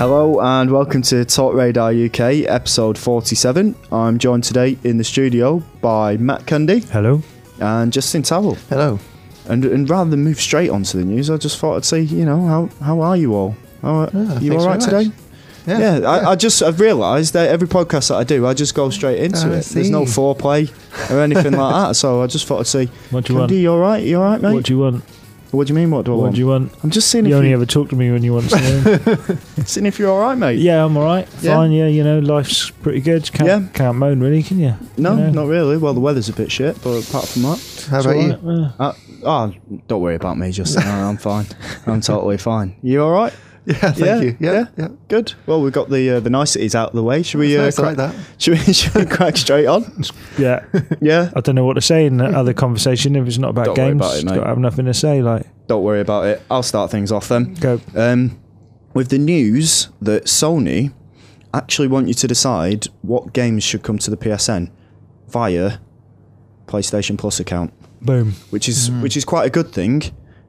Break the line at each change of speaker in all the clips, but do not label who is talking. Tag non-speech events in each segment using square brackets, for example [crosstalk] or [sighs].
and welcome to Talk Radar UK, episode 47. I'm joined today in the studio by Matt Cundy
Hello.
and Justin Towell.
Hello.
And, and rather than move straight onto the news, I just thought I'd say, you know, how, how are you all? How, are you
thanks
all
very
right
much.
today?
Yeah.
yeah, I, I just I've realised that every podcast that I do, I just go straight into
Ah,
I
it. There's no
see.
foreplay or anything like that. So I just thought I'd say,
What do you want?
Candy, you all right? You all right, mate?
What do you want?
What do you mean? What do I
What
want?
do you want?
I'm just seeing if,
You
you,
only ever talk to me when you want to.
[laughs] seeing if you're all right, mate.
yeah, I'm all right.
Yeah.
Fine. Yeah, you know, life's pretty good. Can't
Yeah.
can't moan really, can you?
No,
Yeah.
not really. Well, the weather's a bit shit, but apart from that,
How
It's
about
all
you?
right, yeah.
uh, oh, don't worry about me, Justin. I- I'm fine. I'm totally fine. You all right?
Yeah, thank
Yeah,
you. Yeah,
yeah.
yeah.
Good. Well, we've got the uh, the niceties out of the way. Should we?
It's
Uh,
nice, I
crack,
like that.
Should we, [laughs] should we crack straight on?
yeah.
Yeah.
I don't know what to say in that other conversation if it's not about
Don't worry
games.
about it, mate.
I have nothing to say. Like,
Don't worry about it. I'll start things off then.
go.
Um, with the news that Sony actually want you to decide what games should come to the PSN via PlayStation Plus account,
Boom.
which is which is quite a good thing.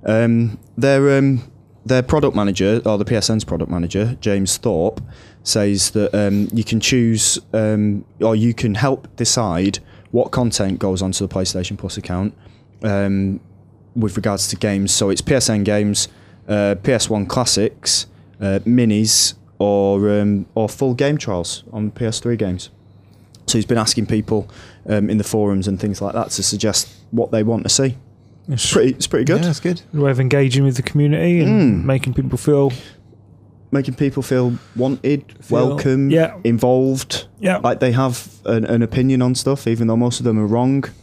Um, their um, their product manager or the PSN's product manager James Thorpe says that um, you can choose um, or you can help decide what content goes onto the PlayStation Plus account. Um, with regards to games. So it's PSN games, uh, PS1 classics, uh, minis, or um, or full game trials on PS3 games. So he's been asking people um, in the forums and things like that to suggest what they want to see. It's pretty, it's pretty good.
Yeah, that's good.
A way of engaging with the community and
Mm.
making people feel.
Making people feel wanted,
Feel-
welcome,
yeah.
involved.
Yeah.
Like they have an, an opinion on stuff, even though most of them are wrong. [laughs]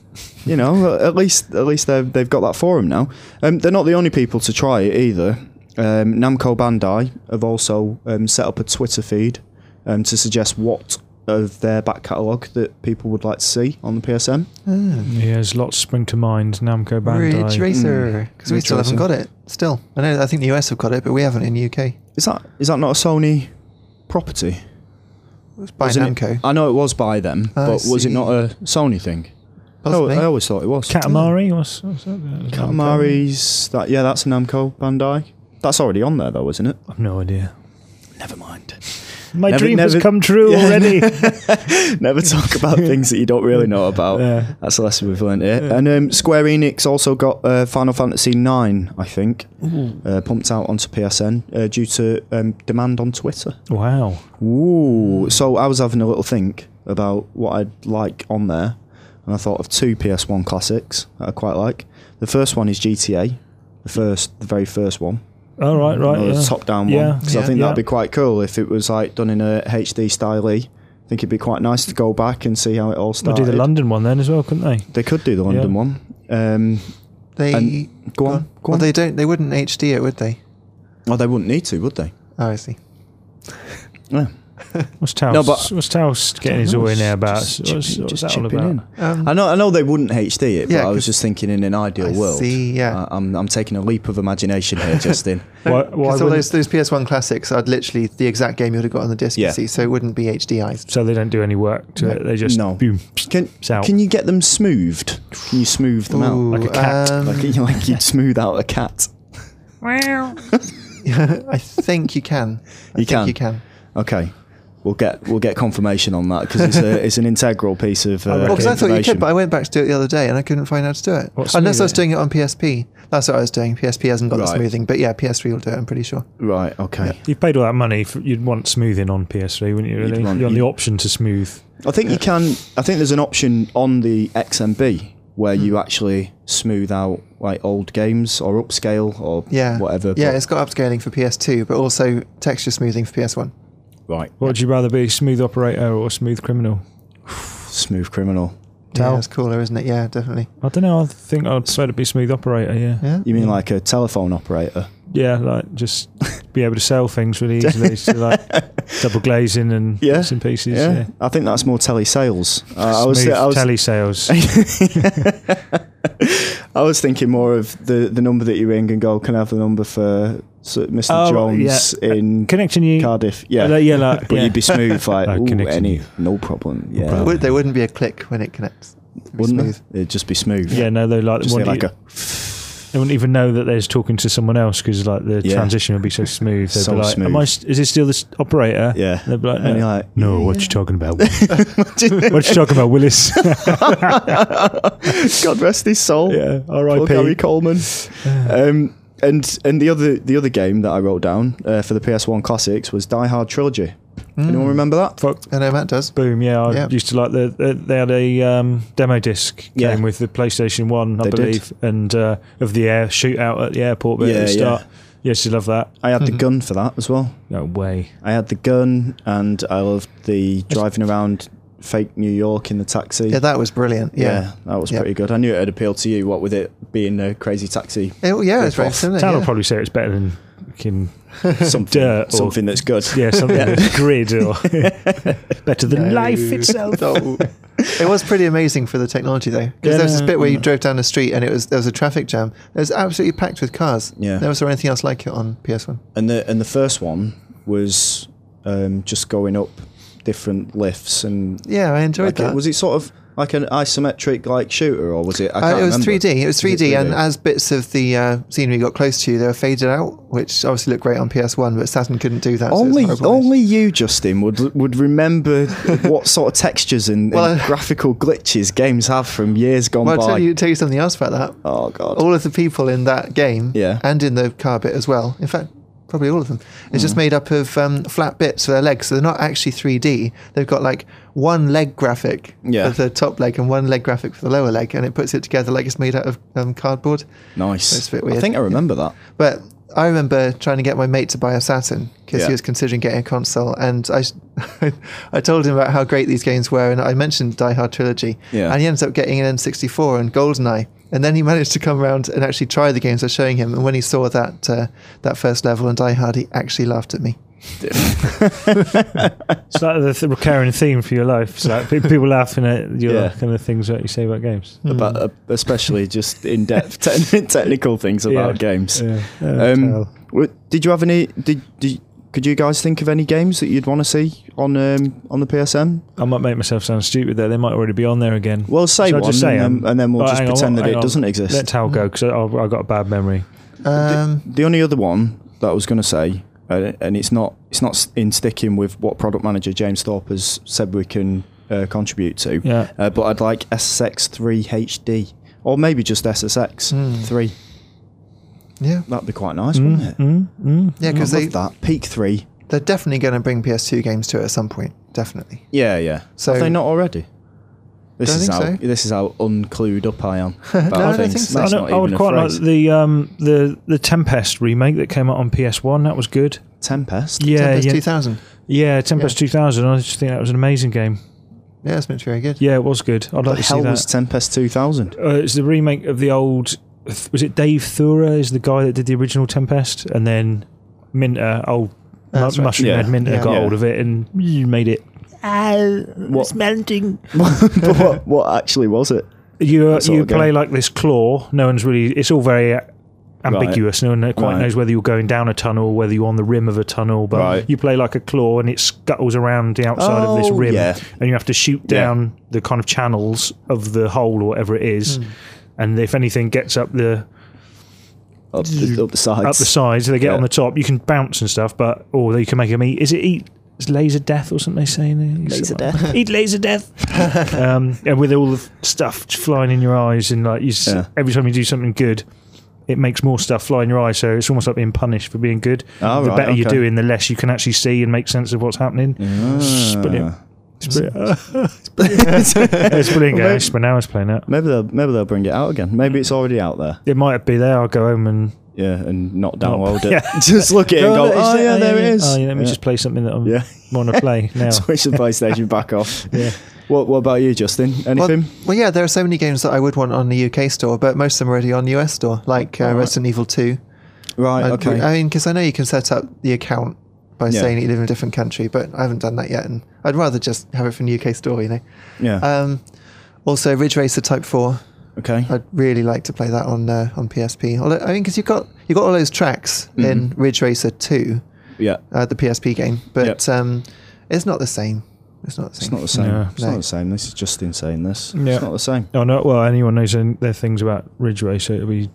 You know, at least at least they've they've got that forum now. Um, they're not the only people to try it either. Um, Namco Bandai have also um, set up a Twitter feed um, to suggest what of their back catalogue that people would like to see on the PSN.
Ah,
yeah, there's lots spring to mind. Namco Bandai.
Ridge Racer. Because we
Ridge
still haven't
Mm. Racer.
got it. Still. I know. I think the US have got it, but we haven't in the UK. It
Is that is that not a Sony property?
was by
Wasn't it- Oh,
Namco.
I know it was by them,
I
but was it
see.
not a Sony thing? Oh,
Possibly.
I always thought it was.
Katamari. What's, what's that? Namco.
Katamari's that yeah, that's a Namco Bandai. That's already on there though, isn't it?
I've no idea.
Never mind.
My
Never-
dream has
never-
come
[laughs]
true
Yeah.
already.
[laughs] Never talk about things that you don't really know about.
Yeah.
That's a lesson we've learned here.
Yeah.
And um, Square Enix also got uh, Final Fantasy IX, I think, uh, pumped out onto PSN uh, due to um, demand on Twitter.
Wow.
Ooh. So I was having a little think about what I'd like on there, and I thought of two PS1 classics that I quite like. The first one is GTA, the first, the very first one.
All Oh, right, right.
Another
yeah.
top-down one
Yeah.
because I
Yeah.
think
Yeah.
that'd be quite cool if it was like done in a HD style. I think it'd be quite nice to go back and see how it all
We'll
started.
do the London one then as well, couldn't they?
They could do the London
Yeah.
one. Um,
they.
and- go on, go
Well,
on.
they don't. They wouldn't HD it, would they?
well, they wouldn't need to, would they?
Oh, I see.
Yeah.
What's Taos?
No, but-
what's Taos getting his all in there about?
Just
what's,
chipping-
what's
just
that all
chipping
about?
in.
Um,
I know, I know they wouldn't HD it,
Yeah,
but I was
'cause-
just thinking in an ideal
I
world.
see, yeah.
I, am I'm taking a leap of imagination [laughs] here, Justin.
Why, why
Because all
wouldn't-
those, those PS1 classics are literally the exact game you would have got on the disc,
Yeah.
you see, so it wouldn't be HDized.
so they don't do any work to it. They just
No.
boom. psst,
Can
It's out.
can you get them smoothed? Can you smooth them out
Like a cat.
um,
like [laughs] you like you'd smooth out a cat?
Um, [laughs]
[laughs]
I think you can. I
You
think
can.
You can.
Okay. We'll get we'll get confirmation on that because it's a it's an integral piece of uh,
Oh,
Well, because I thought you
information.
could, but I went back to do it the other day and I couldn't find how to do it.
What
Unless I was
smoothing?
doing it on PSP. That's what I was doing. PSP hasn't got
Right.
the smoothing, but yeah, PS3 will do it. I'm pretty sure.
Right. Okay.
You've paid all that money. For, you'd want smoothing on PS3, wouldn't you?
You'd
Really? you
want-
want the
you'd-
option to smooth.
I think you can. I think there's an option on the XMB where
Hmm.
you actually smooth out like old games or upscale or
Yeah,
whatever.
Yeah,
but-
it's got upscaling for PS2, but also texture smoothing for PS1.
right.
What would you rather be, smooth operator or smooth criminal?
Smooth criminal.
Tell.
Yeah, it's cooler, isn't it? Yeah, definitely.
I don't know. I think I'd prefer to be smooth operator. Yeah.
Yeah.
You mean like a telephone operator?
Yeah, like just be able to sell things really
[laughs]
easily. so like double glazing and
Yeah.
bits and pieces.
yeah.
Yeah.
I think that's more telesales. Uh, I was,
smooth
I was, [laughs]
telly sales.
I was thinking more of the, the number that you ring and go, can I have the number for Sir- Mr.
Oh, yeah.
Jones in
Connecting you.
Cardiff? Yeah.
like- yeah, like-
but
yeah.
you'd be
[laughs]
smooth, like,
Oh,
"Ooh,
connecting
any,
you."
no problem. Yeah.
problem.
Would, there wouldn't be a click when it connects. It'd be
Wouldn't
smooth.
it? It'd just be smooth.
Yeah, no, they like the
Just
one
hear like
you-
a
They wouldn't even know that they're just talking to someone else because like the
Yeah.
transition would be so smooth. They'd
So
be like, "Am I?
smooth.
s- Is it still this operator?"
Yeah.
They'd be like,
And
"No,
you're like,
no what you talking about? [laughs] what
[laughs]
you talking about,
[laughs]
Willis?"
God rest his soul.
yeah,
Poor Gary
R.I.P. [sighs]
Coleman. um, and and the other the other game that I wrote down uh, for the PS1 classics was Die Hard Trilogy.
Mm.
Anyone remember that?
Fuck.
Hmm. I know Matt does.
Boom! Yeah, I
Yeah.
used to like the. the- They had a um, demo disc game
Yeah.
with the PlayStation One, I
They did.
believe, and uh, of the air shootout at the airport bit
Yeah,
at the
yeah.
start. Yes, you love that.
I had the gun for that as well.
No way.
I had the gun, and I loved the driving around fake New York in the taxi.
Yeah, that was brilliant. Yeah.
Yeah, that was
Yeah.
pretty good. I knew it had appealed to you. What with it being a crazy
[laughs]
taxi,
Oh, yeah, it's very
Rip-off.
similar.
Tan will
yeah.
probably say it's better than fucking
something
Dirt or-
something that's good.
yeah something that's grid or
[laughs]
better than
No.
life itself.
No. it was pretty amazing for the technology though, because
Yeah,
there was this
no,
bit where you
no.
drove down the street and it was there was a traffic jam. It was absolutely packed with cars.
Yeah.
Never saw anything else like it on PS1.
And the and the first one was um, just going up different lifts and
Yeah, I enjoyed
like,
that.
was it sort of like an isometric like shooter or was it? I
Uh,
can't
it was
remember.
3D. It was 3D, and
3D?
as bits of the uh, scenery got close to you, they were faded out, which obviously looked great on PS1, but Saturn couldn't do that. so it was
only
horrible.
only you, Justin, would would remember [laughs] what sort of textures and,
Well,
and
I-
graphical glitches games have from years gone
Well,
by.
I'll tell you, tell you something else about that.
oh god.
All of the people in that game,
Yeah.
and in the car bit as well. In fact, probably all of them.
Hmm.
It's just made up of um, flat bits for their legs, so they're not actually 3D. They've got like one leg graphic
Yeah.
for the top leg and one leg graphic for the lower leg, and it puts it together like it's made out of um, cardboard.
nice.
It's a bit
I
weird.
think I remember that.
But I remember trying to get my mate to buy a Saturn because
Yeah.
he was considering getting a console, and I, [laughs] s- I told him about how great these games were, and I mentioned Die Hard Trilogy,
Yeah.
and he ended up getting an N64 and GoldenEye, and then he [laughs] managed to come around and actually try the games I was showing him, and when he saw that uh, that first level and Die Hard, he actually laughed at me.
It's like the th- recurring theme for your life. It's like pe- people laughing at your
Yeah.
kind of things that you say about games.
Hmm.
About uh, especially just in depth [laughs] te- technical things about
Yeah.
games.
Yeah.
Um, w- did you have any? Did, did could you guys think of any games that you'd want to see on um, on the PSN?
I might make myself sound stupid there. They might already be on there again.
Well, say
Shall I
one,
just say
and,
'em?
then, and then we'll
Oh,
just
hang on,
pretend that
hang
it
on.
doesn't exist.
Let Tal go because I've got a bad memory.
Um,
the only other one that I was going to say, uh, and it's not it's not s- in sticking with what product manager James Thorpe has said we can uh, contribute to.
Yeah.
Uh, but I'd like SSX3 HD, or maybe just SSX
Hmm.
three.
yeah,
That'd be quite nice, wouldn't it?
Mm, mm.
yeah, because
I
they
love that Peak three.
they're definitely going to bring PS2 games to it at some point, definitely.
Yeah, yeah.
So-
have they not already? This
Don't
is
think
how
so.
this is how unclued up I
[laughs]
am. about
I don't
things.
think so.
That's
I,
not
don't- I
even
would
a
quite like
phrase.
the um, the the Tempest remake that came out on PS One. That was good.
Tempest.
Yeah,
Tempest
yeah,
2000.
yeah. Tempest
Yeah.
2000. I just think that was an amazing game.
Yeah, it's meant to be very good.
Yeah, it was good. I'd
What
like
the
to see
hell
that.
was Tempest 2000?
uh, it's the remake of the old. Was it Dave Thura? Is the guy that did the original Tempest, and then Minter, old mu-
That's right.
mushroom
Yeah.
head Minter,
Yeah.
got
Yeah.
hold of it and you made it.
What? But [laughs] what, what actually was it?
You uh,
sort
you
of game.
play like this claw. No one's really. It's all very uh, ambiguous. No one quite
Right.
knows whether you're going down a tunnel, whether you're on the rim of a tunnel. But
Right.
you play like a claw, and it scuttles around the outside of this
Oh,
rim,
yeah.
and you have to shoot
Yeah.
down the kind of channels of the hole or whatever it is.
Hmm.
Hmm.
And if anything gets up the
Up the, up the sides.
up the sides. They get
Yeah.
on the top. You can bounce and stuff, but or you can make them eat. Is it eat? Is laser death or something they say? in there?
Laser
Something like- eat laser death.
[laughs]
um, and with all the stuff flying in your eyes, and like you, s
Yeah.
every time you do something good, it makes more stuff fly in your eyes. So it's almost like being punished for being good.
Oh,
the
right,
better you're
okay.
doing, the less you can actually see and make sense of what's happening.
Ah.
It's brilliant. It's brilliant. it's brilliant.
Well,
game. Spinoza's playing
[laughs]
it.
Maybe they'll maybe they'll bring it out again. Maybe it's already out there.
It might be there. I'll go home and
Yeah, and not [laughs] download it.
yeah.
Just look at it and go.
is
Oh
it?
yeah, there it is.
Oh, yeah, let me
Yeah.
just play something that I
Yeah.
want
[laughs]
to play now.
switch the PlayStation back [laughs] off.
Yeah.
What What about you, Justin? Anything?
Well, well, yeah, there are so many games that I would want on the UK store, but most of them are already on the US store, like uh,
Alright.
Resident Evil 2.
right.
I,
okay.
I mean, because I know you can set up the account by
Yeah.
saying that you live in a different country, but I haven't done that yet, and I'd rather just have it from the UK store, you know.
yeah.
Um, also, Ridge Racer Type 4.
okay.
I'd really like to play that on uh, on PSP. Although, I mean, because you've got you've got all those tracks
Mm-hmm.
in Ridge Racer 2,
yeah.
uh, the PSP game, but um, it's not the same. It's not the same.
It's not the same.
No.
It's
No.
not the same. This is Justin saying this. [laughs]
Yeah.
It's not the same.
Oh no! Well, anyone knows any- their things about Ridge Racer, it'll be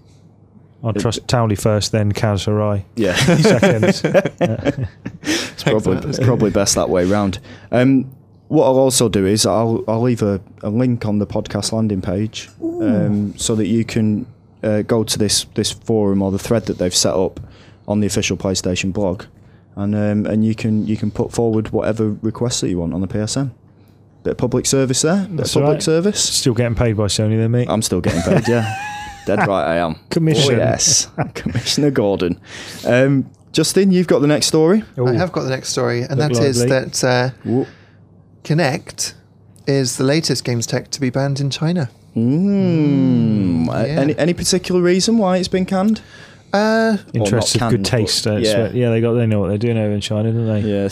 I'll trust Townley first, then Kazurai
Yeah.
second.
[laughs] It's probably
Excellent.
it's probably best that way round. Um, what I'll also do is I'll I'll leave a, a link on the podcast landing page um, so that you can uh, go to this this forum or the thread that they've set up on the official PlayStation blog, and um, and you can you can put forward whatever requests that you want on the PSN. Bit of public service there. Bit
That's
of public
right.
service.
Still getting paid by Sony, then, mate.
I'm still getting paid. Yeah,
[laughs]
dead right I am.
Commission.
Oh, yes, [laughs] Commissioner Gordon. Um, Justin, you've got the next story.
Ooh.
I have got the next story, and
Look
that is
lively.
that uh,
Whoop.
Kinect is the latest games tech to be banned in China.
Mm, a-
Hmm, yeah.
Any any particular reason why it's been canned?
Uh, [laughs]
Well,
Interest of
not
good
canned, but-
taste. that's
yeah.
what- yeah, they got they know what they're doing over in China, don't they?
Yeah,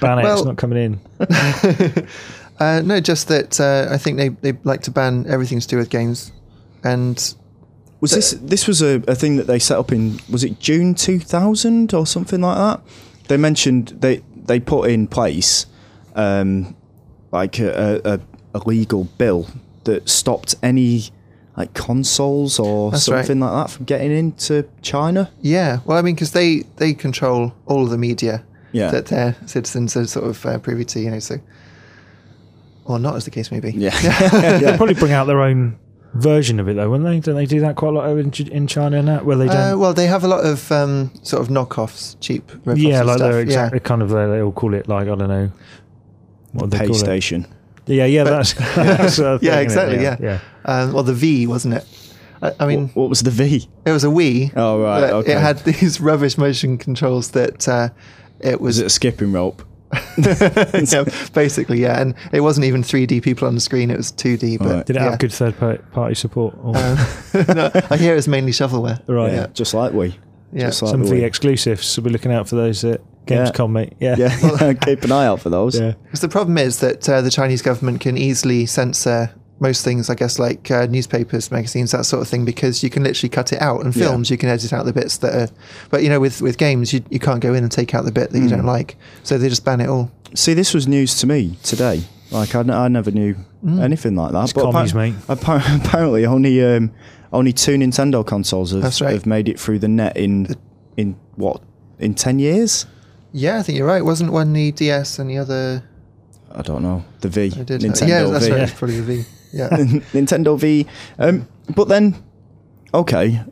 Ban it, it's
Well-
not coming in.
Uh, no, just that uh, I think they, they like to ban everything to do with games. And
[laughs] was this this was a, a thing that they set up in was it June two thousand or something like that? They mentioned they they put in place um, like a, a, a legal bill that stopped any like consoles or
That's right.
something like that from getting into China.
yeah, well, I mean, because they, they control all of the media
Yeah.
that their citizens are sort of uh, privy to, you know, so. Or not, as the case may
[laughs]
be. [laughs]
Yeah,
They'll probably bring out their own version of it, though, wouldn't they? Don't they do that quite a lot over in, Ch- in China and that, where they
Uh,
don't?
well, they have a lot of um, sort of knockoffs, cheap. rip-offs
yeah,
and
like
stuff.
they're exactly
Yeah.
kind of they'll call it like I don't know what do they call it.
PlayStation.
Yeah, yeah, that's, [laughs] that's a thing,
[laughs]
isn't
Yeah,
it?
exactly. Yeah.
yeah.
Um, well, the V, wasn't it? I, I mean,
What, what was the V?
it was a Wii.
Oh, right,
but
okay.
It had these [laughs] rubbish motion controls that uh, it
Was
was
it a skipping rope?
[laughs] yeah, basically, yeah. And it wasn't even 3D people on the screen, it was 2D. But
Right.
Did it
yeah.
have good third par- party support? Or
[laughs] no, I hear it's mainly shovelware.
right,
Um, Oh, Yeah, just like we.
Yeah.
Just like
some
we.
V exclusives. So we're looking out for those at
Yeah.
Gamescom, mate. Yeah,
Yeah, [laughs] keep an eye out for those.
[laughs] yeah.
Because the problem is that uh, the Chinese government can easily censor most things, I guess, like uh, newspapers, magazines, that sort of thing, because you can literally cut it out. And
Yeah.
films, you can edit out the bits that are. But, you know, with, with games, you, you can't go in and take out the bit that you don't like. So they just ban it all.
See, this was news to me today. Like, I, n- I never knew
Mm.
anything like that.
commies, mate.
appar- [laughs] apparently, only um, only two Nintendo consoles have,
That's right.
have made it through the net in in what in ten years.
Yeah, I think you're right. Wasn't one the DS and the other.
I don't know the V
I did. Uh,
Nintendo
yeah, that's
V
right. It's probably the V. Yeah.
[laughs] Nintendo V. Um, but then, okay,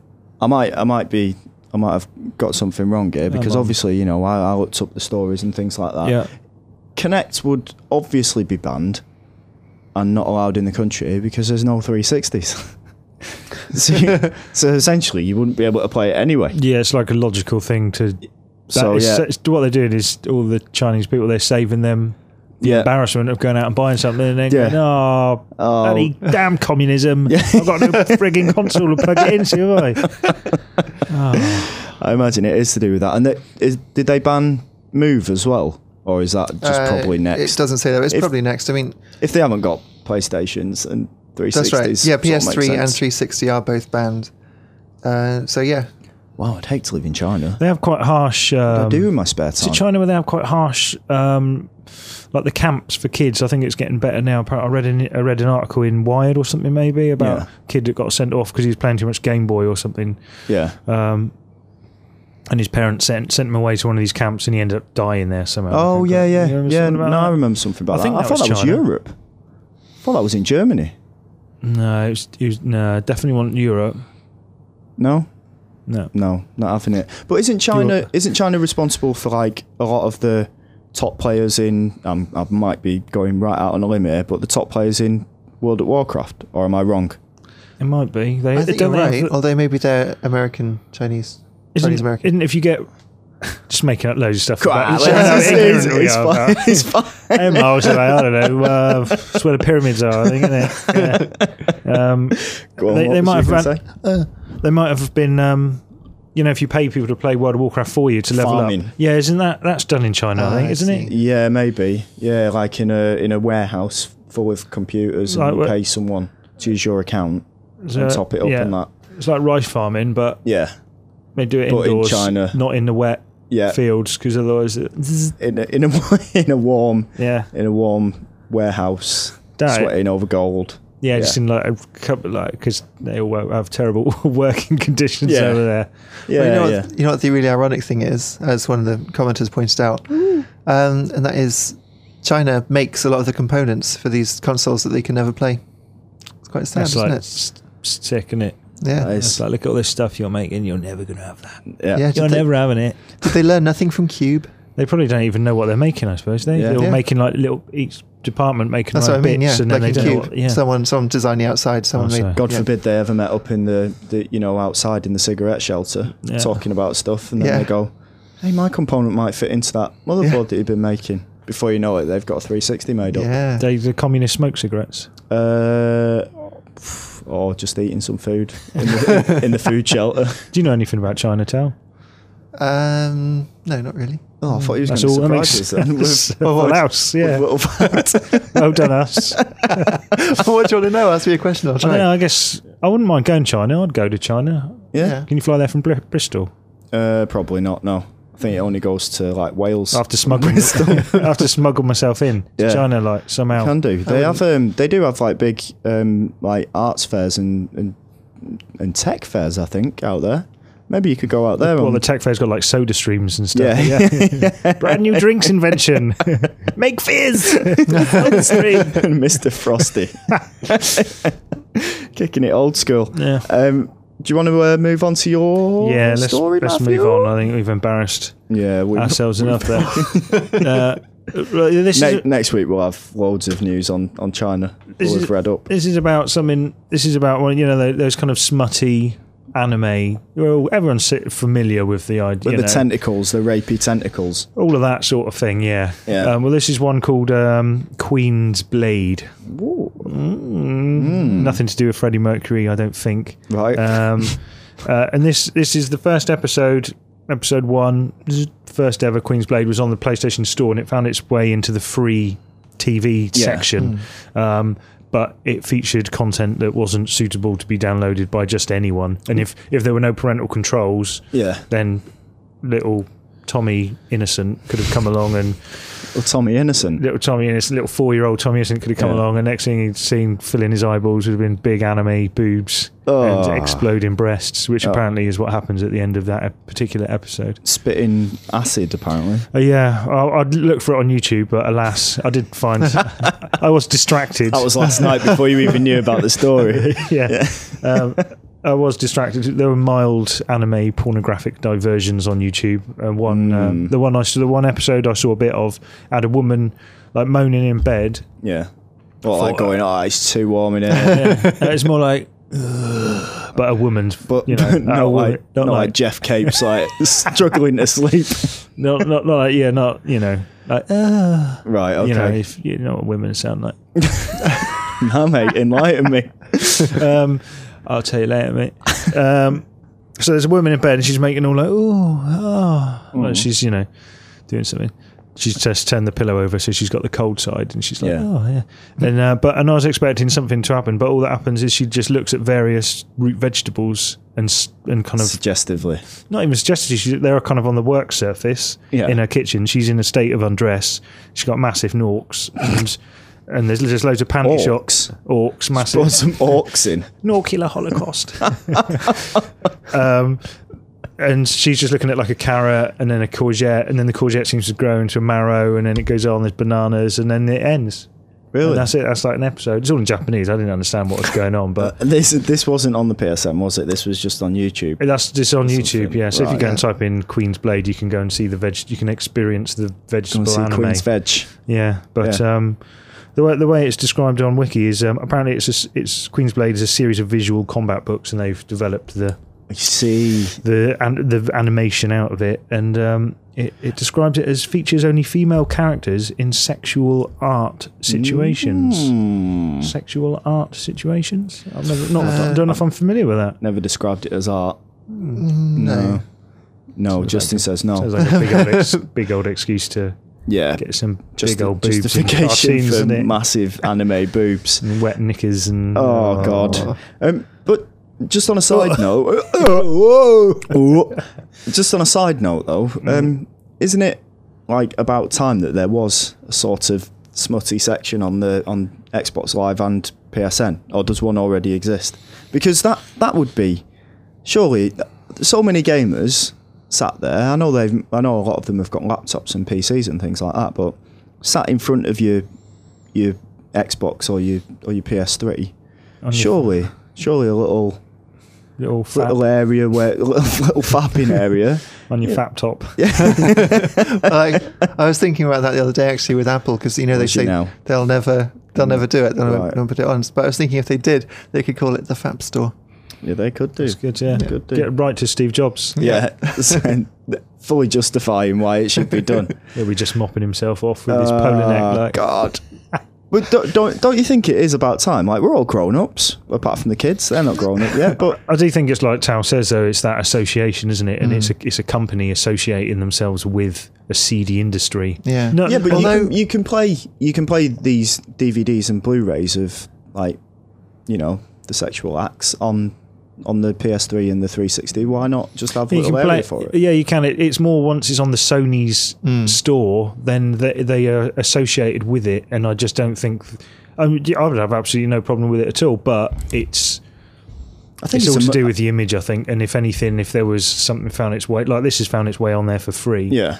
I might I might be. I might have got something wrong here because
on.
obviously, you know, I, I looked up the stories and things like that.
yeah.
Connect would obviously be banned and not allowed in the country because there's no 360s. [laughs] so, you- so essentially, you wouldn't be able to play it anyway.
Yeah, it's like a logical thing to. that
So,
is-
yeah.
it's- what they're doing is all the Chinese people they're saving them the
Yeah.
embarrassment of going out and buying something and then
Yeah.
going, oh,
Oh.
bloody damn communism!
[laughs]
I've got no frigging console to plug it into, have I?
[laughs]
Oh,
I imagine it is to do with that. And they, is, did they ban Move as well? Or is that just
Uh,
probably
It
next?
doesn't say that. It's
If-
probably next. I mean,
If they haven't got PlayStations and 360s.
That's right. Yeah,
sort of makes
PS3 and
sense.
360 are both banned. Uh, so yeah,
Wow, I'd hate to live in China.
they have quite harsh. Um,
I do in my spare time.
to China, where they have quite harsh, um, like the camps for kids. I think it's getting better now. Apparently, I read in, I read an article in Wired or something maybe about
Yeah.
a kid that got sent off because he was playing too much Game Boy or something.
Yeah.
Um, and his parents sent sent him away to one of these camps, and he ended up dying there somehow.
oh, yeah, yeah.
You remember
Yeah,
something
no,
about
I
that?
remember something about
I think
that. I
that
thought
was
that was
China.
Europe. I thought that was in Germany.
No, it was, it was no, definitely wasn't Europe.
No?
No,
No, not having it. But isn't China
Europe.
isn't China responsible for like a lot of the top players in? Um, I might be going right out on a limb here, but the top players in World at Warcraft, or am I wrong?
it might be. They,
I think
don't
you're
they have
right.
Oh,
the-
Although maybe they're American
[laughs]
Chinese Chinese
isn't,
American.
isn't if you get [laughs] just making up loads of stuff. [laughs] about-
Come on,
How
Alex, it's-
ignorant we
it's
are
fine,
about-
[laughs]
it's fine.
Hey, Miles, I don't know. Uh, it's where the pyramids are, I
[laughs]
think, isn't it? Yeah. Um,
Go on,
They-
what
they
was
might
you
have
gonna
ran-
Uh.
they might have been, um, you know, if you pay people to play World of Warcraft for you to level
Farming.
up. Yeah, isn't that that's done in China? I
Ah,
think,
I
isn't
say?
it?
Yeah, maybe. Yeah, like in a in a warehouse full of computers, and
Like
you
what-
pay someone to use your account and
So,
top it up
yeah.
and that.
It's like rice farming, but
Yeah,
they do it
But in
indoors,
China.
not in the wet
yeah.
fields, because otherwise, it,
In a, [laughs] in a in a warm
yeah.
in a warm warehouse,
Don't-
sweating over gold.
Yeah, just
Yeah.
in like a couple, like because they all have terrible [laughs] working conditions
Yeah.
over there.
Yeah,
Well, you, know
yeah.
what, you know what the really ironic thing is, as one of the commenters pointed out, um, and that is China makes a lot of the components for these consoles that they can never play. It's quite sad,
That's
isn't
like
it?
s- sick, isn't it?
Yeah.
That is-
It's like look at all this stuff you're making. You're never gonna have that.
yeah.
Yeah.
You're
they-
never having it.
Did they learn nothing from Cube?
They probably don't even know what they're making. I suppose they
Yeah.
they're all
Yeah.
making like little each department making
That's
their
what I
own
mean. Yeah,
bits, and
like
then
in
they don't know
Cube,
what, yeah.
someone, someone designed the outside. Someone
Oh, sorry.
made.
God
yeah.
forbid they ever met up in the, the you know outside in the cigarette shelter
Yeah.
talking about stuff, and then
Yeah.
they go, "Hey, my component might fit into that motherboard that you've been making." Before you know it, they've got a 360 made up,
Yeah.
They the communists smoke cigarettes.
uh, pff, or just eating some food in the, in the food shelter.
Do you know anything about Chinatown?
Um, no, not really.
[laughs] Oh,
[laughs]
I thought you was going
That's
to
all. That
surprise
makes
us
[laughs]
then.
sense.
with-
Well,
with-
else? Yeah.
with little-
Well done, us.
what do you want to know? Ask me a question. I'll
I,
try.
don't know, I guess I wouldn't mind going China. I'd go to China.
[laughs] [laughs] yeah,
Can you fly there from Br- Bristol
Uh, probably not. No, I think it only goes to like Wales. [laughs]
after smuggling? [laughs] after smuggle myself in to
Yeah.
China, like somehow.
Can do. They have um they do have like big um like arts fairs and and, and tech fairs I think out there. Maybe you could go out there.
well,
on-
the tech fair's got like soda streams and stuff.
Yeah. [laughs]
Brand new drinks invention. Make fizz. [laughs] Soda
[laughs]
stream.
and Mr. Frosty, [laughs] kicking it old school.
Yeah.
Um, do you want to uh, move on to your
Yeah, let's,
story,
let's
Matthew?
move on. Uh, I think we've embarrassed
Yeah, we,
ourselves enough
[laughs]
there. uh, well, this
ne-
is
next week we'll have loads of news on on China.
This
All
is-
we've read up.
this is about something. This is about one. You know, tho- those kind of smutty anime. Well, everyone's si- familiar with the
But
idea. you
the
know,
tentacles, the rapey tentacles.
all of that sort of thing. Yeah.
Yeah.
Um, well, this is one called um, Queen's Blade. Mm.
Hmm.
Nothing to do with Freddie Mercury, I don't think.
Right.
Um, uh, and this this is the first episode, episode one, this is first ever Queen's Blade was on the PlayStation Store, and it found its way into the free TV
Yeah.
section. Um, but it featured content that wasn't suitable to be downloaded by just anyone. And if if there were no parental controls,
Yeah.
then little Tommy Innocent could have come along and
Well, Tommy Innocent.
little Tommy Innocent, little four year old Tommy Innocent could have come
Yeah.
along and next thing he'd seen filling his eyeballs would have been big anime boobs
Oh.
and exploding breasts, which
Oh.
apparently is what happens at the end of that ep- particular episode.
Spitting acid, apparently.
Uh, yeah, I- I'd look for it on YouTube, but alas, I did
[laughs]
find I was distracted.
That was last night before you even knew about the story.
[laughs] yeah. [laughs] um, I was distracted. There were mild anime pornographic diversions on YouTube. And one,
Hmm.
um, the one I saw, the one episode I saw a bit of, had a woman like moaning in bed.
Yeah. Well, like
Thought- uh,
going, oh, it's too warm in
[laughs]
here.
And Uh, it's more like, "Ugh," but a woman's,
But,
you know,
but [laughs]
a
not,
woman-
like, not, like Jeff Capes, like
[laughs]
struggling to sleep.
not, not, not like, yeah, not you know, like, "Ugh,"
Right, Uh, okay.
you know, if you know what women sound like.
nah, mate, enlighten me. [laughs]
um, [laughs] I'll tell you later, mate. Um, so there's a woman in bed and she's making all like, "Ooh, oh,
Mm.
Like she's you know doing something. She's just turned the pillow over, so she's got the cold side, and she's like,
Yeah.
"Oh yeah." And uh, but and I was expecting something to happen, but all that happens is she just looks at various root vegetables and s- and kind of
Suggestively.
not even suggested. She's, they're kind of on the work surface
Yeah.
in her kitchen. She's in a state of undress. She's got massive norks
[laughs]
and. And there's just loads of panty
Orcs.
shots, orcs, massive [laughs]
Brought some orcs in.
Norcular
[laughs]
Holocaust. um, and she's just looking at like a carrot and then a courgette, and then the courgette seems to grow into a marrow, and then it goes on, there's bananas, and then it ends.
Really?
And that's it. That's like an episode. It's all in Japanese. I didn't understand what was going on, but
This this wasn't on the PSM, was it? This was just on YouTube.
that's just on YouTube.
something.
Yeah. So if you
Right,
go and type in Queen's Blade, you can go and see the veg. You can experience the
Go
vegetable
and see
anime.
Queen's Veg.
Yeah, but
Yeah.
Um, the way the way it's described on Wiki is um, apparently it's a s it's Queen's Blade is a series of visual combat books, and they've developed the
You see.
the an, the animation out of it, and um, it, it describes it as features only female characters in sexual art situations.
Hmm.
Sexual art situations. I've never, not,
Uh,
I don't know if I'm familiar with that.
Never described it as art.
Mm,
No. No, Justin says no.
Sounds like a big
[laughs]
old, ex, big old excuse to
yeah.
get some
Just
big old boobs and
justification
cartoons
for
and it,
massive anime boobs.
and wet knickers and
Oh, god. Um, but just on a side note, Whoa. [laughs] just on a side note though, um, isn't it like about time that there was a sort of smutty section on the on Xbox Live and PSN, or does one already exist? Because that that would be surely so many gamers sat there. I know they've I know a lot of them have got laptops and PCs and things like that, but sat in front of your your Xbox or your or your PS3,
On your
surely surely a little
little
little
fab,
area where [laughs] little, little fapping area.
on your fap top.
[laughs] I, I was thinking about that the other day actually with Apple because you know they
Would you
say
now?
they'll never they'll never do it. They'll never-
Right.
never put it on. But I was thinking if they did, they could call it the Fab Store.
Yeah, they could do.
It's good, yeah.
Good do.
Get right to Steve Jobs.
Yeah, [laughs] So, fully justifying why it should be
[laughs]
done.
He'll be just mopping himself off with his polo neck. Like,
Ah, God. But don't, don't don't you think it is about time? Like we're all grown ups, apart from the kids. They're not grown up yet.
[laughs]
But
I do think it's like Tao says though, it's that association, isn't
Mm.
it? And it's a it's a company associating themselves with a seedy industry.
Yeah.
No,
yeah, but
although,
you, can, you can play you can play these DVDs and Blu-rays of like you know the sexual acts on on the PS3 and the 360. Why not just have a
you
little
can
area
play.
for it? Hmm.
Yeah, you can. It, it's more once it's on the Sony's store, then they, they are associated with it, and I just don't think. I, mean, yeah, I would have absolutely no problem with it at all, but it's
I think
it's, all
a
to
mo-
do with the image, I think. And if anything, if there was something found its way, like this has found its way on there for free.
yeah.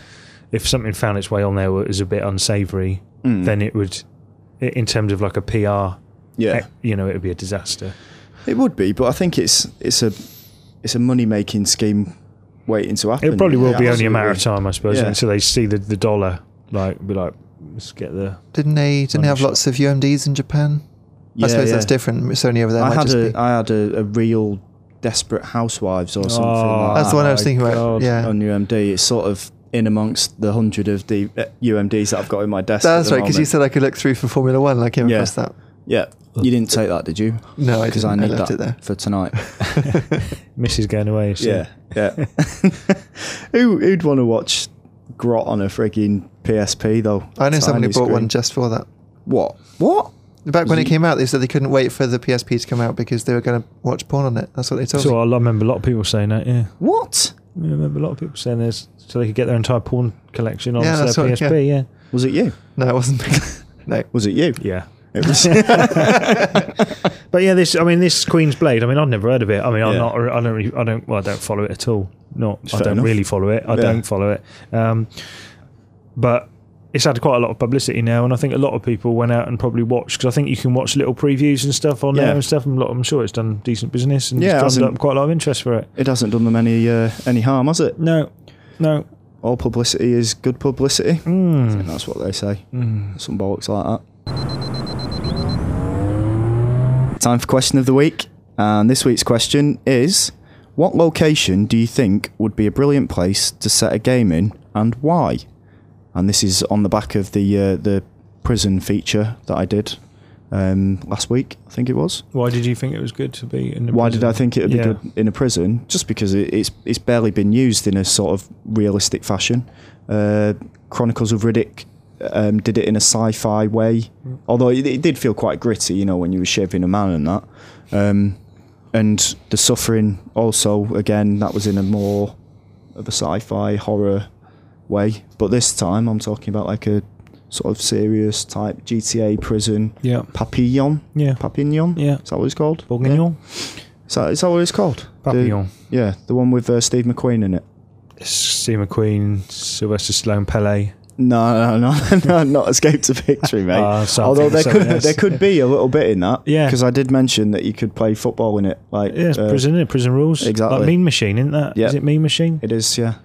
if something found its way on there that was a bit unsavoury,
Hmm. Mm.
then it would, i- in terms of like a PR,
Yeah,
eh, you know, it would be a disaster.
it would be, but I think it's it's a it's a money making scheme waiting to happen.
It probably will
Yeah,
be only a matter of
absolutely.
time, I suppose,
Yeah.
until they see the, the dollar, like, be like, let's get the.
Didn't they didn't they have
One
lots of UMDs in Japan?
Yeah,
I suppose
yeah.
that's different. Sony over there
I
might
had
just
a
be.
I had a, a real desperate housewives or something.
Oh,
like
That's the one I was
my
thinking about.
God.
that
Yeah.
on UMD. It's sort of in amongst the hundred of the uh, UMDs that I've got in my desk. at
That's
the
right, because you
moment.
said I could look through for Formula One. I came
Yeah.
across that.
yeah. You didn't take that, did you?
No, I
because I
didn't. I
need
left
that
it there.
for tonight.
Missy's going away. So.
yeah, yeah. [laughs] Who who'd want to watch Grot on a frigging PSP though?
I know
Tiny
someone who bought
screen.
one just for that.
What? What?
Back when it
Ye-
came out, they said they couldn't wait for the PSP to come out because they were going to watch porn on it. That's what they told
So
me.
I remember a lot of people saying that, yeah.
What?
I remember a lot of people saying this so they could get their entire porn collection on uh,
Yeah,
their
that's what-
PSP, yeah.
Was it you?
No, it wasn't. [laughs] me. no.
Was it you?
Yeah.
It was.
But yeah, this I mean this Queen's Blade. I mean I've never heard of it. I mean I'm
Yeah.
not. I don't. Really, I don't. Well, I don't follow it at all. Not. I
fair
don't
enough.
really follow it. I
Yeah.
don't follow it. Um, but it's had quite a lot of publicity now, and I think a lot of people went out and probably watched because I think you can watch little previews and stuff on
Yeah.
there and stuff. And a lot, I'm sure it's done decent business and
Yeah,
it's
hasn't-
drummed up quite a lot of interest for it.
it hasn't done them any uh, any harm, has it?
No, no.
All publicity is good publicity.
Mm.
That's what they say.
Mm.
Some bollocks like that. Time for question of the week. And this week's question is What location do you think would be a brilliant place to set a game in and why? And this is on the back of the uh, the prison feature that I did um, last week, I think it was.
Why did you think it was good to be in? The
Why
prison?
did I think it would be
Mm. Yeah.
good in a prison? Just because it, it's it's barely been used in a sort of realistic fashion. Uh, Chronicles of Riddick um, did it in a sci-fi way,
Mm.
although it, it did feel quite gritty, you know, when you were shaving a man and that. Um, and the suffering also, again, that was in a more of a sci-fi horror way. But this time, I'm talking about like a sort of serious type GTA prison.
Yeah.
Papillon,
Yeah.
Papillon,
Yeah.
is that what it's called?
Bourguignon.
Is that, is that what it's called? The-
Papillon.
yeah, the one with uh, Steve McQueen in it.
Steve McQueen, Sylvester Stallone, Pele.
No, no, no, [laughs] no not Escape to
[laughs]
Victory, mate.
Ah, something-
Although there
something
could
else.
there could be a little bit in that.
Yeah.
because I did mention that you could play football in it. Like
Yeah, it's
uh,
prison, is Prison rules.
exactly.
Like Mean Machine, isn't that? Is
Yeah.
it Mean Machine?
It is, yeah,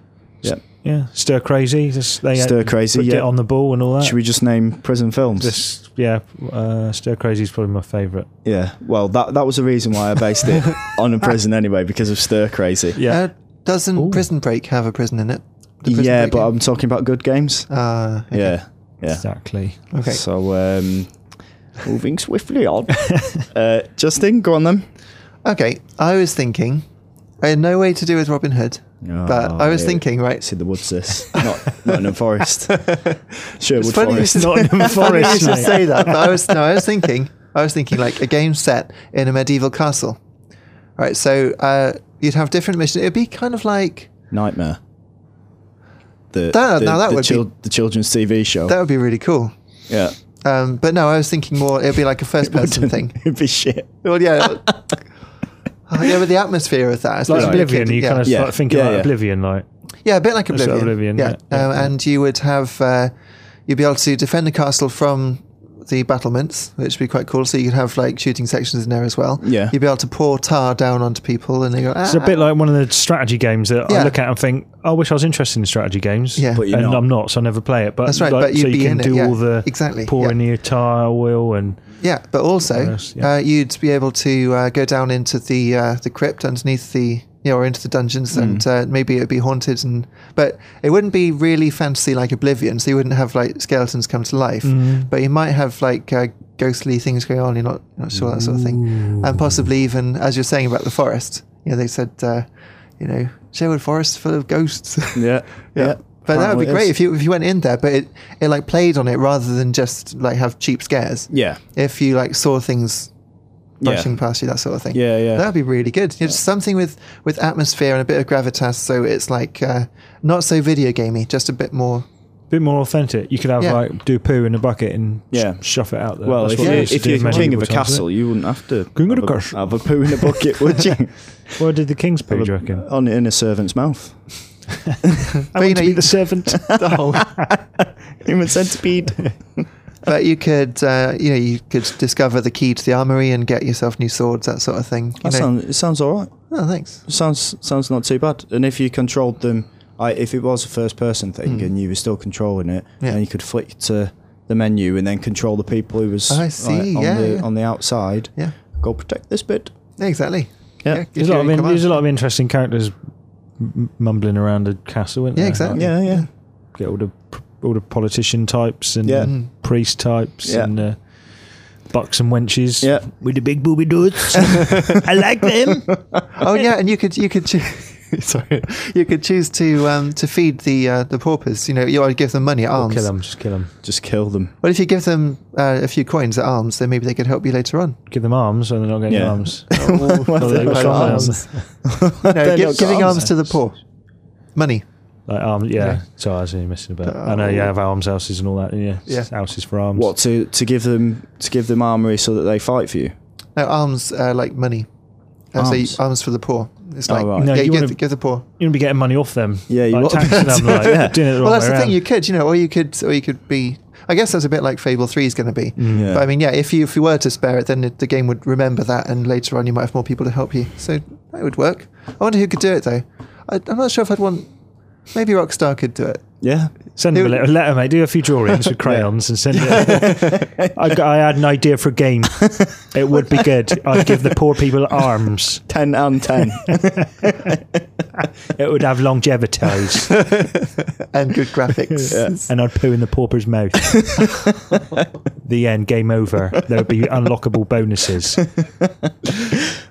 yeah.
yeah. Stir Crazy. just- they, uh,
Stir Crazy,
put-
yeah.
Get on the ball and all that.
Should we just name prison films?
This, yeah, uh, Stir Crazy is probably my favourite.
yeah. Well, that that was the reason why I based
[laughs]
it on a prison anyway because of Stir Crazy.
Yeah.
Uh, doesn't
Ooh.
Prison Break have a prison in it? The Prison
yeah,
Break
but I'm
game?
talking about good games.
Oh,
Ah, okay.
Yeah, yeah.
Exactly.
Okay.
So um, moving swiftly
[laughs]
on, uh, Justin, go on then.
Okay, I was thinking, I had no way to do with
[laughs]
Robin Hood, but
Oh,
I was
yeah.
thinking, right?
It's in the woods, this. Not Nottingham
[laughs]
Forest. Sherwood
funny you
Forest.
[laughs]
should-
Nottingham
I
Forest.
should
mate.
say that, but I was no, I was thinking, I was thinking like a game set in a medieval castle, right? So uh, you'd have different missions. It'd be kind of like
Nightmare. The,
That-
the,
now that
the
would be-
the children's TV show.
that would be really cool.
yeah.
Um, but no, I was thinking more. It'd be like
[laughs]
a first-person thing.
[laughs] It'd be shit.
Well, yeah. Oh, yeah, but the atmosphere of that.
Like
Right.
Oblivion, you
yeah.
kind of
Yeah.
start thinking
Yeah,
about
yeah.
Oblivion, like
yeah, a bit like
That's
Oblivion.
Oblivion,
yeah.
yeah.
Um, and you would have uh, you'd be able to defend the castle from the battlements, which would be quite cool. So you could have like shooting sections in there as well.
Yeah.
you'd be able to pour tar down onto people, and they go. Ah,
it's a bit like one of the strategy games that I
Yeah.
look at and think, I wish I was interested in strategy games.
Yeah. But
you're
and
not.
I'm not, so I never play it. But
That's right,
like,
but you'd
so you
be
can
in it,
do
yeah.
all the
Exactly,
pouring your tire oil and
Yeah, but also
Yes, yeah.
uh, you'd be able to uh, go down into the uh, the crypt underneath the you know, or into the dungeons, and uh, maybe it'd be haunted. And but it wouldn't be really fantasy like Oblivion, so you wouldn't have like skeletons come to life. But you might have like uh, ghostly things going on. You're not you're not sure that sort of thing, and possibly even as you're saying about the forest. You know, they said uh, you know Sherwood Forest full of ghosts. [laughs]
Yeah.
Yeah. But that would be
Apparently it
great
is.
if you if you went in there, but it, it like played on it rather than just like have cheap scares
Yeah.
if you like saw things
Yeah.
brushing past you, that sort of thing.
Yeah, yeah.
that'd be really good. You know, just something with with atmosphere and a bit of gravitas, so it's like uh, not so video gamey, just a bit more.
a bit more authentic. You could have
Yeah.
like do poo in a bucket and
Yeah.
sh- shove it out there.
Well,
That's
if,
what
you,
they used to
if
do
you're
medieval
king of a
times, isn't
castle, you wouldn't have to
King of
have
the castle.
A, have a poo in a bucket, would you?
[laughs] it? Or did the king's poo, do you reckon?
On in a servant's
[laughs]
mouth.
I
But, you
want
know,
to be
you- Oh,
the servant.
[laughs] the whole-
Human
[laughs]
centipede.
but you could, uh, you know, you could discover the key to the armory and get yourself new swords, that sort of thing. You
That
know?
sounds. It sounds all right.
oh, thanks.
Sounds sounds not too bad. And if you controlled them, I, if it was a first person thing and you were still controlling it,
Hmm. Yeah.
and you could flick to the menu and then control the people who was
I
like,
see,
on
yeah,
the
yeah.
on the outside.
Yeah,
Go protect this bit.
yeah exactly.
Yeah.
give
there's, a
you
lot of in,
command.
there's a lot of interesting characters m- mumbling around a castle, isn't
Oh, Yeah,
there?
exactly.
Yeah, yeah.
Like, get all the all the politician types and
Yeah.
uh,
Mm.
priest types
Yeah.
and uh, bucks and wenches.
Yeah.
with the big booby dudes. I like them.
oh yeah, and you could you could choo- [laughs] sorry, you could choose to um, to feed the uh, the paupers. You know, you would give them money at
Or
arms.
kill them. Just kill them.
Just kill
[laughs]
them.
Well, if you give them uh, a few coins at arms, then maybe they could help you later
[laughs]
on.
Give them arms, and they're not getting
Yeah.
arms.
Oh,
Oh,
[laughs] Well,
they
they've
got
got
arms.
[laughs] arms.
No,
They've not
give,
got
giving
arms.
arms to the poor. Money.
Like arms, yeah.
Yeah.
So I was only missing about. I know you have arms houses and all that. Yeah,
Yeah.
houses for arms.
What to to give them to give them armory so that they fight for you?
No, arms uh, like money. Uh, So you,
Arms.
arms for the poor. It's
Oh,
like,
right.
No,
yeah,
you
you give,
wanna-
give the poor.
You're gonna be getting money off them.
Yeah, you
like,
want-
taxing them. Like,
Yeah.
doing it the
well,
wrong
that's
way
the
around.
thing. You could, you know, or you could, or you could be. I guess that's a bit like Fable Three is going to be.
Mm.
Yeah.
But I mean, yeah, if you if you were to spare it, then it, the game would remember that, and later on you might have more people to help you. So that would work. I wonder who could do it though. I, I'm not sure if I'd want. Maybe Rockstar could do it.
Yeah.
Send them a
They would-
letter, letter, mate. Do a few drawings with crayons and send it. [laughs] I, got- I had an idea for a game. It would be good. I'd give the poor people arms.
Ten and
[laughs]
ten.
It would have longevities,
[laughs]
and good graphics. [laughs]
and I'd poo in the pauper's mouth. the end. Game over. There would be unlockable
[laughs]
bonuses.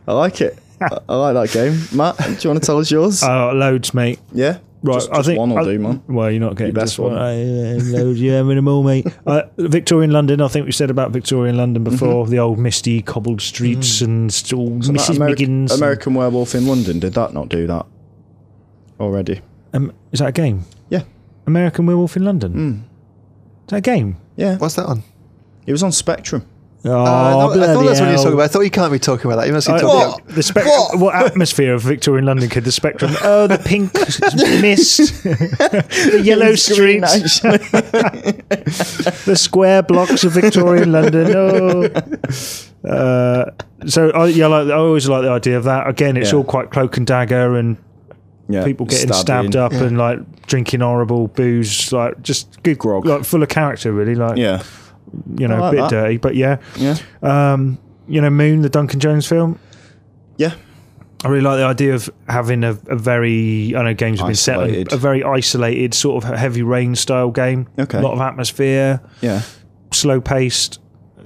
I like it. I, I like that game. Matt, do you want to tell us yours?
Uh,
Oh, loads, mate.
yeah.
Right,
Just,
I
just
think
one will
I-
do, man.
Well, you're not getting
Your best
just one.
one.
I, uh, loads, yeah, I'm in them all,
[laughs]
mate. Uh, Victorian London. I think we said about Victorian
Mm-hmm.
London before. The old misty cobbled streets and still
Mm. That
Mrs.
Ameri-
Miggins. and-
American Werewolf in London. Did that not do that already?
Um, is that a game?
Yeah. Mm.
American Werewolf in London. Is that a game?
Yeah.
What's that on?
It was on Spectrum.
Oh,
Uh, I, thought, I thought
bloody
that's what you were
hell.
talking about. I thought you can't be talking about that. You must be
I-
talking about.
the spec- what? atmosphere of Victorian London could the spectrum? Oh, the pink mist,
[laughs]
the yellow streets, the square blocks of Victorian London. Oh. Uh, so I, yeah, like, I always like the idea of that. Again, it's
Yeah.
all quite cloak and dagger and
Yeah.
[laughs] people getting
stabbing.
stabbed up and like drinking horrible booze, like just good
Grog.
like full of character, really. Like
Yeah.
you know,
I
a
like
bit
that.
dirty, but yeah.
Yeah.
Um, you know, Moon, the Duncan Jones film.
Yeah.
I really like the idea of having a, a very I know games have been set
Isolated.
on a very isolated sort of heavy rain style game.
Okay.
a lot of atmosphere,
Yeah.
slow paced.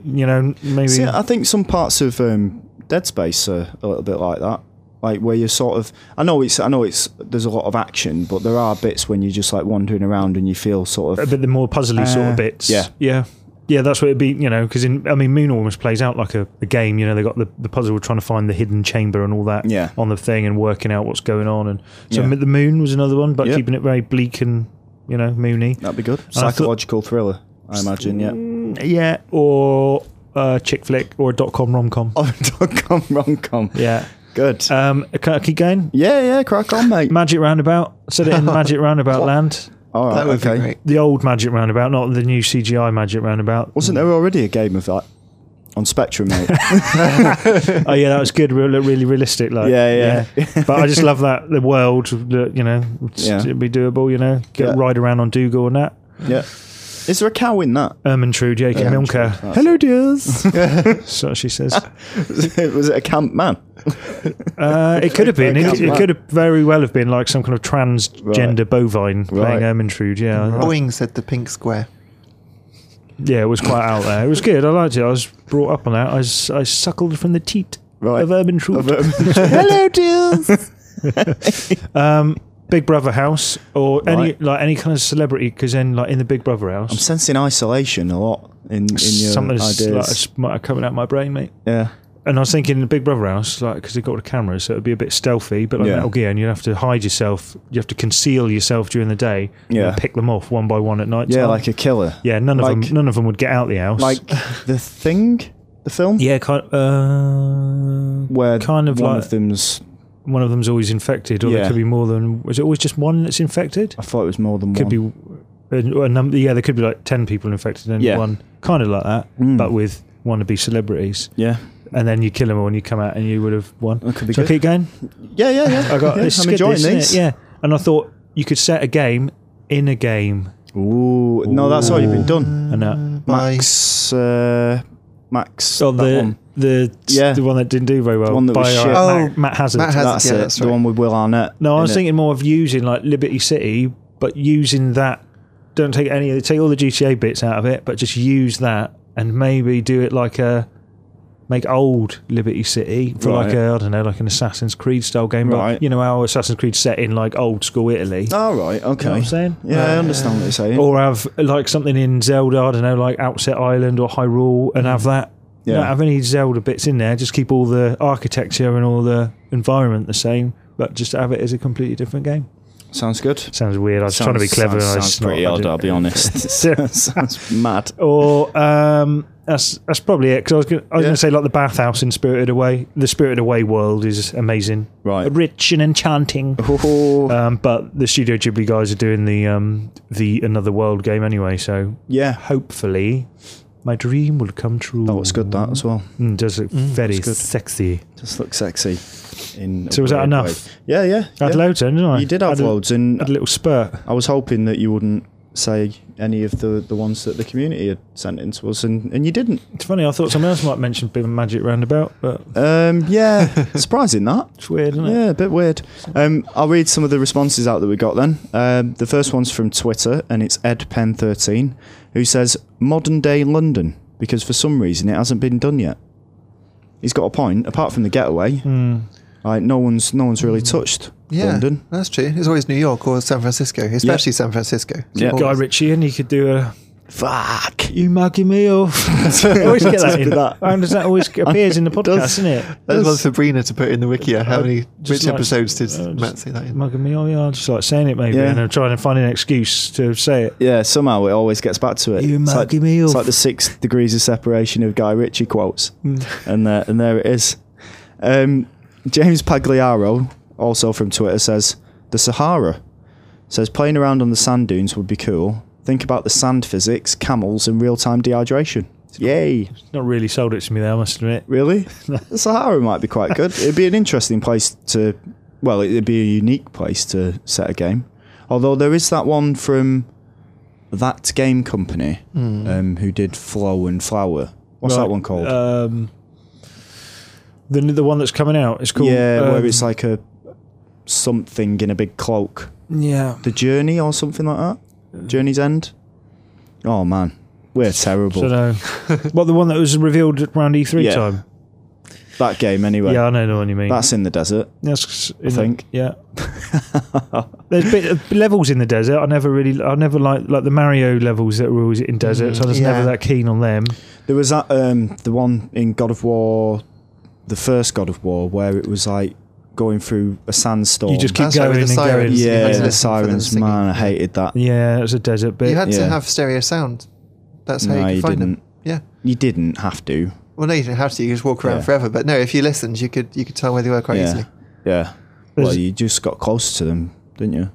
You know, maybe
See, I think some parts of um, Dead Space are a little bit like that. Like where you're sort of, I know it's, I know it's. There's a lot of action, but there are bits when you're just like wandering around and you feel sort
a
of.
bit the more puzzly sort
Uh,
of bits.
yeah.
yeah, yeah. That's what it'd be. You know, because in I mean, Moon almost plays out like a, a game. You know, they got the, the puzzle of trying to find the hidden chamber and all that
Yeah.
on the thing and working out what's going on. And so
Yeah.
the Moon was another one, but
Yeah.
keeping it very bleak and you know moony.
That'd be good.
I thought- [laughs]
Psychological thriller, I imagine. Yeah.
Mm, yeah, or a chick flick or a dot com rom com.
Oh, [laughs] dot com rom com.
Yeah.
Good.
Um, can I keep going?
yeah, yeah, crack on, mate.
Magic Roundabout. Said it
[laughs]
in Magic Roundabout land.
All right,
that would
okay.
be great.
The old Magic Roundabout, not the new CGI Magic Roundabout.
Wasn't there already a game of that on Spectrum,
[laughs]
mate?
Oh yeah, that was good. Really, really realistic. Like
Yeah, yeah.
but I just love that the world. that, You know, it's-
Yeah.
it'd be doable. You know, get
Yeah.
ride around on Dougal and that.
yeah. Is there a cow in
[laughs]
that?
Ermintrude, Jacob Milka.
Ermintrude, that's [laughs]
Hello, dears. so she says.
Was it a camp man?
Uh, it could have been. It, it
Right.
could have very well have been like some kind of transgender bovine playing
Right.
Ermintrude. Yeah,
Boeing said the pink square.
yeah, it was quite out there. It was good. I liked it. I was brought up on that. I, s- I suckled from the teat
Right.
of Ermintrude. [laughs]
Hello, dears.
um, Big Brother house or any
Right.
like any kind of celebrity because then like in the Big Brother house.
I'm sensing isolation a lot in, in your
Something's like,
ideas.
it's might have coming out my brain, mate.
yeah.
And I was thinking in the Big Brother house, like because they got the cameras, so it'd be a bit stealthy. But like
Yeah.
Metal Gear, and you'd have to hide yourself, you have to conceal yourself during the day, and
Yeah.
then pick them off one by one at night.
Yeah,
time.
like a killer.
yeah, none of
like-
them, none of them would get out the house. [laughs]
Like the thing, the film?
yeah, kind uh,
Where
kind of
one
like
of them's.
one of them's always infected, or there
Yeah.
could be more than. Is it always just one that's infected?
I thought it was more than
Could
one.
be a, a number. Yeah, there could be like ten people infected and
Yeah.
one kind of like that,
Mm.
but with wannabe celebrities.
yeah.
and then you kill them all and you come out and you would have won.
That could Oh, be
Shall I
good.
keep going?
Yeah, yeah, yeah.
I got
yeah,
this.
I'm
is good,
enjoying
this, isn't it?
these.
Yeah, and I thought you could set a game in a game.
Ooh, no, that's already been
Mm,
done.
And that.
Bye.
Max, uh, Max.
Oh,
that
the
one.
the
Yeah.
the one that didn't do very well.
The one that was
uh,
shit.
Matt-
Oh,
Matt Hazard.
Matt Hazard.
That's
yeah,
it.
that's
the
right.
one with Will Arnett.
no, I was
innit?
thinking more of using like Liberty City, but using that. Don't take any. of Take all the GTA bits out of it, but just use that and maybe do it like a. Make old Liberty City for like
Right.
a I don't know like an Assassin's Creed style game, but
Right.
you know how Assassin's Creed set in like old school Italy.
All right. Okay.
what I'm saying? Uh,
Yeah, I understand what you're saying.
or have like something in Zelda, I don't know, like Outset Island or Hyrule, and have that.
Mm-hmm. Yeah.
Not have any Zelda bits in there. Just keep all the architecture and all the environment the same, but just have it as a completely different game.
sounds good.
Sounds weird. I was trying to be clever.
Sounds,
and I
sounds
just not-
pretty
I
odd.
didn't-
I'll be honest.
[laughs]
[laughs] sounds mad.
Or um, that's that's probably it. Because I was gonna, I was
Yeah.
going to say like the bathhouse in Spirited Away. The Spirited Away world is amazing,
Right.
Rich and enchanting.
Oh,
Um, but the Studio Ghibli guys are doing the um, the Another World game anyway, so
yeah.
hopefully my dream will come true.
That was Oh, good. That as well.
Mm, does look very
it's good.
sexy.
Just look sexy. In a
So was that
weird
enough?
way. Yeah, yeah.
I had
yeah.
loads then, didn't I?
You did have
I had a-
loads, and
Had a little spurt.
I was hoping that you wouldn't say any of the, the ones that the community had sent in to us, and, and you didn't.
It's funny, I thought someone else might mention Bit of Magic Roundabout, but
Um,
[laughs]
yeah, surprising that.
it's weird, isn't it?
Yeah, a bit weird. Um, I'll read some of the responses out that we got then. Um, the first one's from Twitter, and it's EdPen13, who says, Modern day London, because for some reason it hasn't been done yet. He's got a point, apart from the getaway.
Hmm.
Like, no one's no one's really touched
Yeah,
[laughs]
London.
that's true. It's always New York or San Francisco, especially San Francisco.
Yeah.
Guy Ritchie, and he could do a
Fuck.
"You mugging me off."
[laughs]
I always get that. In.
that.
And does
[laughs]
that always appears in the podcast,
does.
doesn't it?
There's one for Brina to put in the wiki. How many
Uh, just
which
like-
episodes did
uh, just-
Matt say that in?
Mugging me off. Yeah, I just like saying it maybe,
Yeah.
and I'm trying to find an excuse to say it.
Yeah, somehow it always gets back to it.
You
it's like,
mugging me
it's
off.
like the six degrees of separation of Guy Ritchie quotes,
Mm.
and there, and there it is. Um, James Pagliaro, also from Twitter, says the Sahara says playing around on the sand dunes would be cool. Think about the sand physics, camels, and real-time dehydration. Yay!
It's not really sold it to me, there. I must admit.
Really,
[laughs]
the Sahara might be quite good. It'd be an interesting place to, well, it'd be a unique place to set a game. Although there is that one from that game company um, who did Flow and Flower. What's
Hmm. Right,
that one called?
Um, the the one that's coming out. It's called
yeah,
um,
where it's like a something in a big cloak.
yeah.
The Journey or something like
Uh,
that. Journey's End. Oh man,
[laughs]
we're terrible.
So uh,
[laughs]
no, what the one that was revealed around E three
Yeah,
time?
that game anyway.
Yeah, I know the one you mean.
That's in the desert.
That's in
I think. [laughs]
The, yeah. There's bit of levels in the desert. I never really, I never like like the Mario levels that were always in
Mm,
deserts. I was
Yeah.
never that keen on them.
There was that um, the one in God of War, the first God of War, where it was like going through a sandstorm.
You just keep
That's right,
going
with
and
the
going.
sirens.
yeah,
You had to
the
listen for them
sirens.
singing.
Man, I hated that.
yeah, it was a desert bit.
You had to
Yeah.
have stereo sound That's how
No,
you can
you
find them.
didn't.
Yeah.
You didn't have to.
Well, no, you didn't have to. You could just walk around
Yeah.
forever. But no, if you listened, you could you could tell where they were quite
yeah.
easily.
Yeah. Well,
There's-
you just got closer to them, didn't you?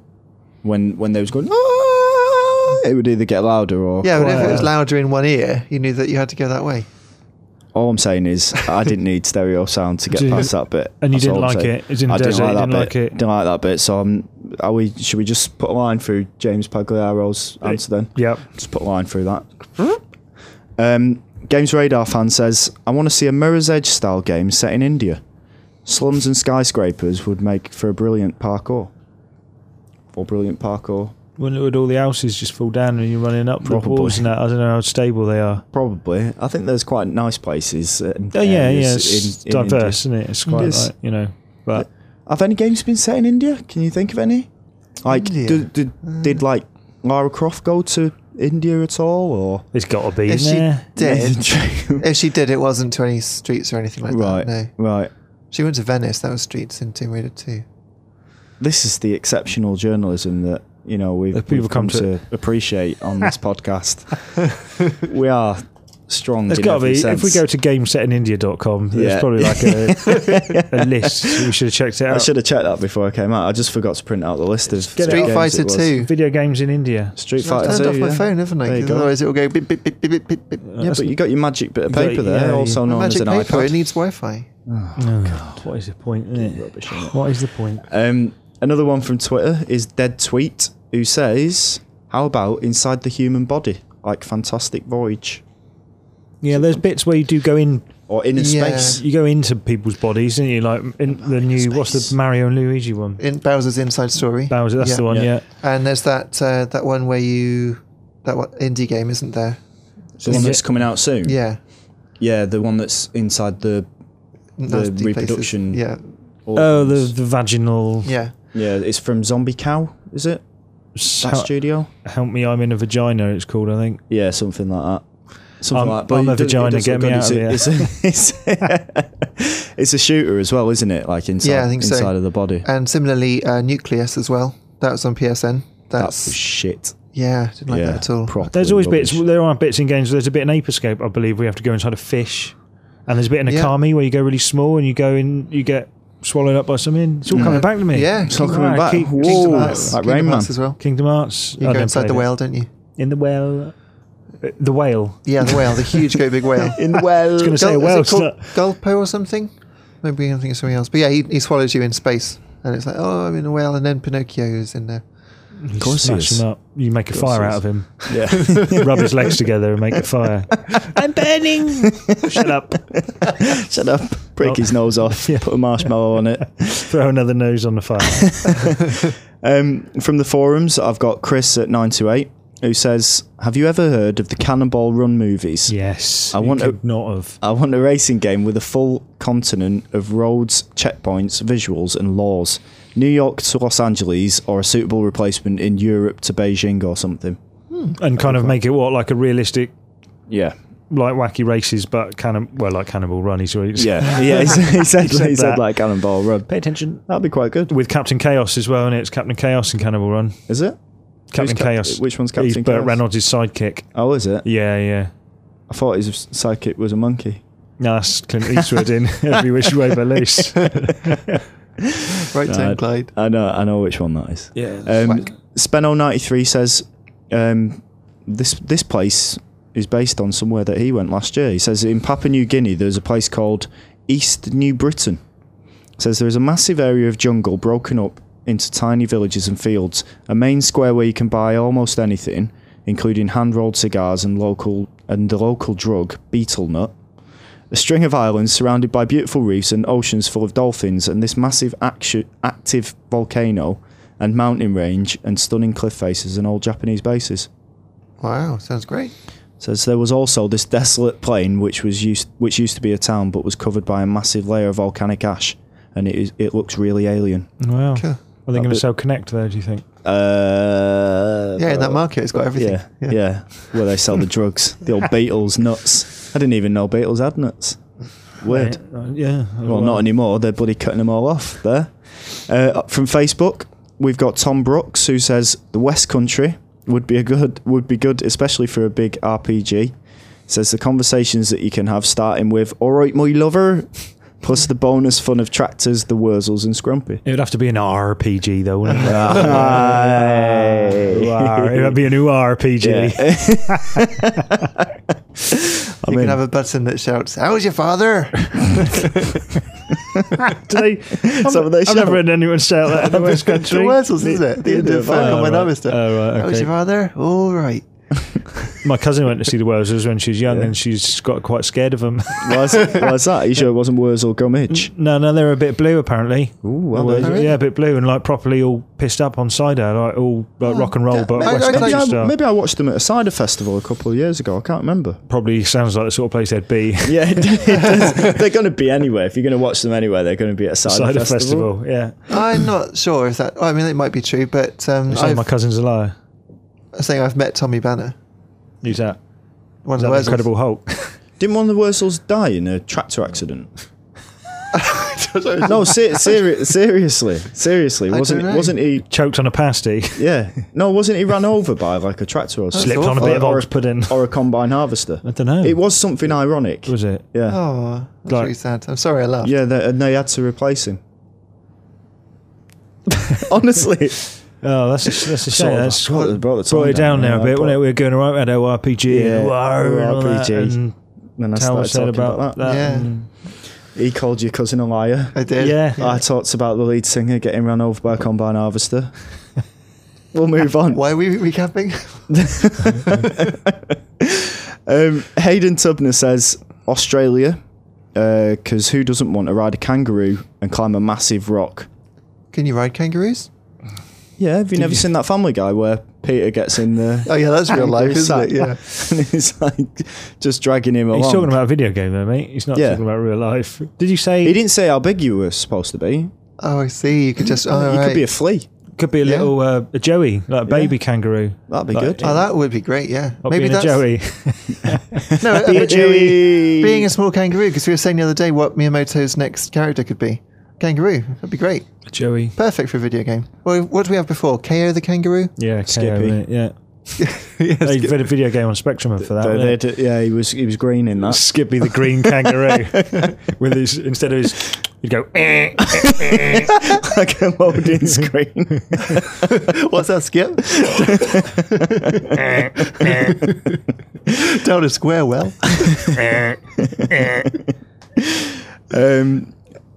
When when they was going, "Ah," it would either get louder or.
[laughs] Yeah, but if it
Quite-
was louder in one ear, you knew that you had to go that way.
All I'm saying is, I didn't need stereo sound to
Do [laughs]
get
you-
past that bit.
and you
That's
didn't
all I'm
like
saying.
it. It's in the
I didn't
desert,
like
you
that
didn't
bit.
like it.
Didn't like that bit. So, um, are we? Should we just put a line through James Pagliaro's answer then?
Yep.
Just put a line through that. Hmm? Um, Games Radar fan says, I want to see a Mirror's Edge style game set in India. Slums and skyscrapers would make for a brilliant parkour. Or brilliant parkour.
Wouldn't would all the houses just fall down and you're running up the
Probably.
walls and that? I don't know how stable they are.
Probably. I think there's quite nice places. and
Oh yeah, yeah,
areas
it's
in- in India.
diverse, isn't it? It's quite
is.
like you know, but
Have any games been set in India? Can you think of any? Like,
India?
did, did, did like Lara Croft go to India at all? Or
it's got to be
If
in
she
there. [laughs]
did,
[laughs]
if she did, it wasn't to any streets or anything like
right,
that. No,
right.
she went to Venice. That was streets in Tomb Raider too.
This is the exceptional journalism that you know we've,
That people
we've come,
come to-
to, appreciate on
[laughs]
this podcast. We are strong.
There's
in
got to
every
be.
sense.
If we go to gamesetinIndia.com, there's
Yeah.
probably like a,
[laughs]
a list. We should have checked it
I
out.
should have checked that before I came out. I just forgot to print out the list of
Get
games
it
Street
out.
Fighter
it was.
Two.
Video games in India.
Street
I've
Fighter
turned
Two.
off my
yeah.
phone, haven't I?
There you
'Cause
go.
Otherwise, it will go beep beep beep beep beep beep. beep.
Yeah, but you got your magic bit of
You got-
paper there,
yeah,
also
you-
known as
Magic
an
paper.
iPad.
It needs Wi-Fi.
Oh, what is the point? innit?
Rubbish, innit?
What is the point?
Um, another one from Twitter is Dead Tweet, who says, "How about inside the human body, like Fantastic Voyage,
Yeah, there's bits where you do go in.
or Inner
Yeah.
Space?"
You go into people's bodies, don't you? Like in the new what's
Space.
the Mario and Luigi one?
In Bowser's Inside Story.
Bowser, that's
Yeah.
the one.
Yeah.
Yeah.
And there's that uh, that one where you that one indie game isn't there?
The one
Is
that's
it-
coming out soon.
Yeah,
yeah, the one that's inside the.
Nasty places.
reproduction.
Yeah,
Oh, the
organs.
the vaginal.
yeah.
yeah, it's from Zombie Cow, is it? That
Hel-
studio.
help me, I'm in a vagina. It's called, I think.
Yeah, something like that. Something
I'm-
like but
I'm a
it does- it
vagina,
does
get
look
me
good.
out of
it's a, [laughs] it's, it's, it's a shooter as well, isn't it? Like inside,
Yeah, I think so.
inside of the body.
And similarly, uh, Nucleus as well. That was on PSN.
That's
That's
shit.
yeah, didn't like
yeah,
that at all.
There's always
bits.
bits. There are bits in games. There's a bit in Ape Escape, I believe. We have to go inside a fish, and there's a bit in
Yeah.
Akami where you go really small and you go in, you get swallowed up by something. It's all coming back to me.
Yeah,
It's not
Kingdom
coming
Hearts,
back.
King-
Whoa.
Kingdom
Kingdom
Ooh,
Hearts.
Hearts,
like
Kingdom
Rain
Hearts
Man.
as well.
Kingdom Hearts. I
You go
don't
inside
play
the
that.
whale, don't you?
In the whale. The whale.
Yeah, the whale, the huge, great
[laughs]
big whale.
in the well.
gonna say-
Gul-
a
Uh, is
whale,
it called
it's
Gulpo or something? Maybe I think it's something else. But yeah, he, he swallows you in space, and it's like, oh, I'm in a whale, and then Pinocchio is in there.
Of
course he is.
him up. You make a fire
he is.
out
[laughs]
of him.
[laughs]
yeah.
Rub his legs together and make a fire. I'm burning. Shut up.
Shut up. Break
Oh.
his nose off.
[laughs] Yeah.
Put a marshmallow on it.
Throw another nose on
[laughs]
the fire.
Um, from the forums, I've got Chris at 928 who says, Have you ever heard of the Cannonball Run movies?
Yes.
I
you
want to-
could not have.
I want a racing game with a full continent of roads, checkpoints, visuals, and laws. New York to Los Angeles, or a suitable replacement in Europe to Beijing or something.
And kind of make it what like a realistic
Yeah.
like wacky races, but cannon well, like Cannibal Run. He's he's-
Yeah. [laughs] Yeah. He said, he said,
said
he said
that.
like Cannonball Run.
Pay attention
That'd be quite good.
with Captain Chaos as well, and it's Captain Chaos and Cannibal Run.
Is it?
Captain
Cap-
Chaos.
which one's Captain
He's Burt
Chaos?
Reynolds' sidekick.
Oh, is it?
Yeah, yeah.
I thought his sidekick was a monkey.
No, that's Clint Eastwood
[laughs]
in Every Which Way But Loose.
Right,
No,
turn,
I'd-
Clyde.
I know, I know which one that is.
Yeah.
Um,
Whack.
Spenno93 says um, this this place is based on somewhere that he went last year. He says in Papua New Guinea there's a place called East New Britain. Says there is a massive area of jungle broken up into tiny villages and fields, a main square where you can buy almost anything, including hand-rolled cigars and local and the local drug betel nut. A string of islands surrounded by beautiful reefs and oceans full of dolphins, and this massive actu- active volcano and mountain range and stunning cliff faces and old Japanese bases.
Wow, sounds great.
Says there was also this desolate plain which was used which used to be a town but was covered by a massive layer of volcanic ash, and it is, it looks really alien.
Wow.
[laughs]
Cool.
Are they going to
bit-
sell Connect there, do you think?
Uh,
Yeah, in that market, it's got everything.
Yeah, yeah, where they sell the drugs, the
[laughs]
old beetles nuts. I didn't even know beetles had nuts. Weird.
Uh, yeah.
Well, not anymore. They're bloody cutting them all off there. Uh, from Facebook, we've got Tom Brooks who says the West Country would be a good would be good, especially for a big RPG. It says the conversations that you can have, starting with "All right, my lover," [laughs] plus the bonus fun of tractors, the Wurzels, and Scrumpy.
It would have to be an RPG though, wouldn't it?
[laughs] Aye.
Wow, it would be a new RPG.
[laughs] Yeah. I
you
mean,
can have a button that shouts, "How's
[laughs]
your father?"
[laughs] Do they, I've,
So they
I've
shout.
never heard anyone shout that in the West
the
Country.
Wurzels, isn't it? The end of
Oh,
Falcon
right.
and Armister.
Oh, right,
How's
okay.
your father? All right.
My cousin went to see the Wurzels when she was young, and she's got quite scared of them.
why's, why's that? Are you sure it wasn't Wurzel Gummidge?
[laughs] no, no, they were a bit blue apparently.
Ooh, well,
Well,
there you-
really?
Yeah, a bit blue and like properly all pissed up on cider, like all like, rock and roll,
yeah.
but
I-
West
I-
Country
maybe, I,
style.
maybe I watched them at a cider festival a couple of years ago. I can't remember.
Probably sounds like the sort of place they'd be.
[laughs] Yeah, it does. they're going to be anywhere. If you're going to watch them anywhere, they're going to be at a cider,
cider
festival.
festival. Yeah,
I'm not sure if that. Well, I mean, it might be true, but um,
so
I've,
my cousin's a liar.
I'm saying I've met Tommy Banner,
Who's that?
one
Is that
of the
the
Wurzels.
Incredible Hulk? [laughs]
Didn't one of the Wurzels die in a tractor accident?
[laughs]
[laughs]
I
No, se- seri- seriously, seriously,
I
wasn't
don't know.
wasn't he?
Choked on a [laughs] pasty,
Yeah, no, wasn't he run over by like a tractor or something?
slipped on a
Or-
bit of
or,
orange pudding.
or a combine harvester?
[laughs] I don't know.
It was something ironic.
was it?
Yeah,
Oh, that's
Like-
really sad. I'm sorry, I laughed.
yeah, they, and they had to replace him. [laughs] Honestly,
Oh, that's a, that's a shame.
Sort of
that's
brought the- brought the
brought it
time
down
down,
there a
yeah,
bit,
but-
wasn't it? We were going around at RPG
Yeah,
and, war and all that,
RPG.
and
when I
tell
started
us
talking
about, that.
Yeah.
and-
he called your cousin a liar.
[laughs] I did.
Yeah.
I talked about the lead singer getting run over by a combine
[laughs]
harvester. we'll move on.
Why are we recapping? [laughs]
Um, Hayden Tubner says Australia, because who doesn't want to ride a kangaroo and climb a massive rock?
Can you ride kangaroos?
Yeah, have you never seen that Family Guy where Peter gets in the
Oh yeah, that's real life, isn't it? Yeah.
[laughs] and it's like just dragging him along.
He's talking about a video game though, mate. He's not
Yeah.
talking about real life. Did you say
He didn't say how big you were supposed to be.
[laughs] Oh, I see. You could just. Oh,
you
right.
could be a flea.
could be a
Yeah.
little uh, a joey, like a baby kangaroo?
That'd be
Like,
good.
yeah.
oh, that would be great. Yeah.
Not being a joey.
[laughs] No,
Be
uh,
a Joey.
being a small kangaroo. Because we were saying the other day what Miyamoto's next character could be. Kangaroo. That'd be great.
a [laughs] joey.
Perfect for a video game. Well, what do we have before? KO the kangaroo.
Yeah, KO,
Skippy.
innit? Yeah.
yes.
They did a video game on Spectrum for that.
They-
wasn't
they
it?
did- yeah, he was he was green in that.
Skippy the green kangaroo with his instead of his he'd go "Eh."
[laughs] like a loading screen.
What's that, [laughs] Skip? Down a square well.
Um,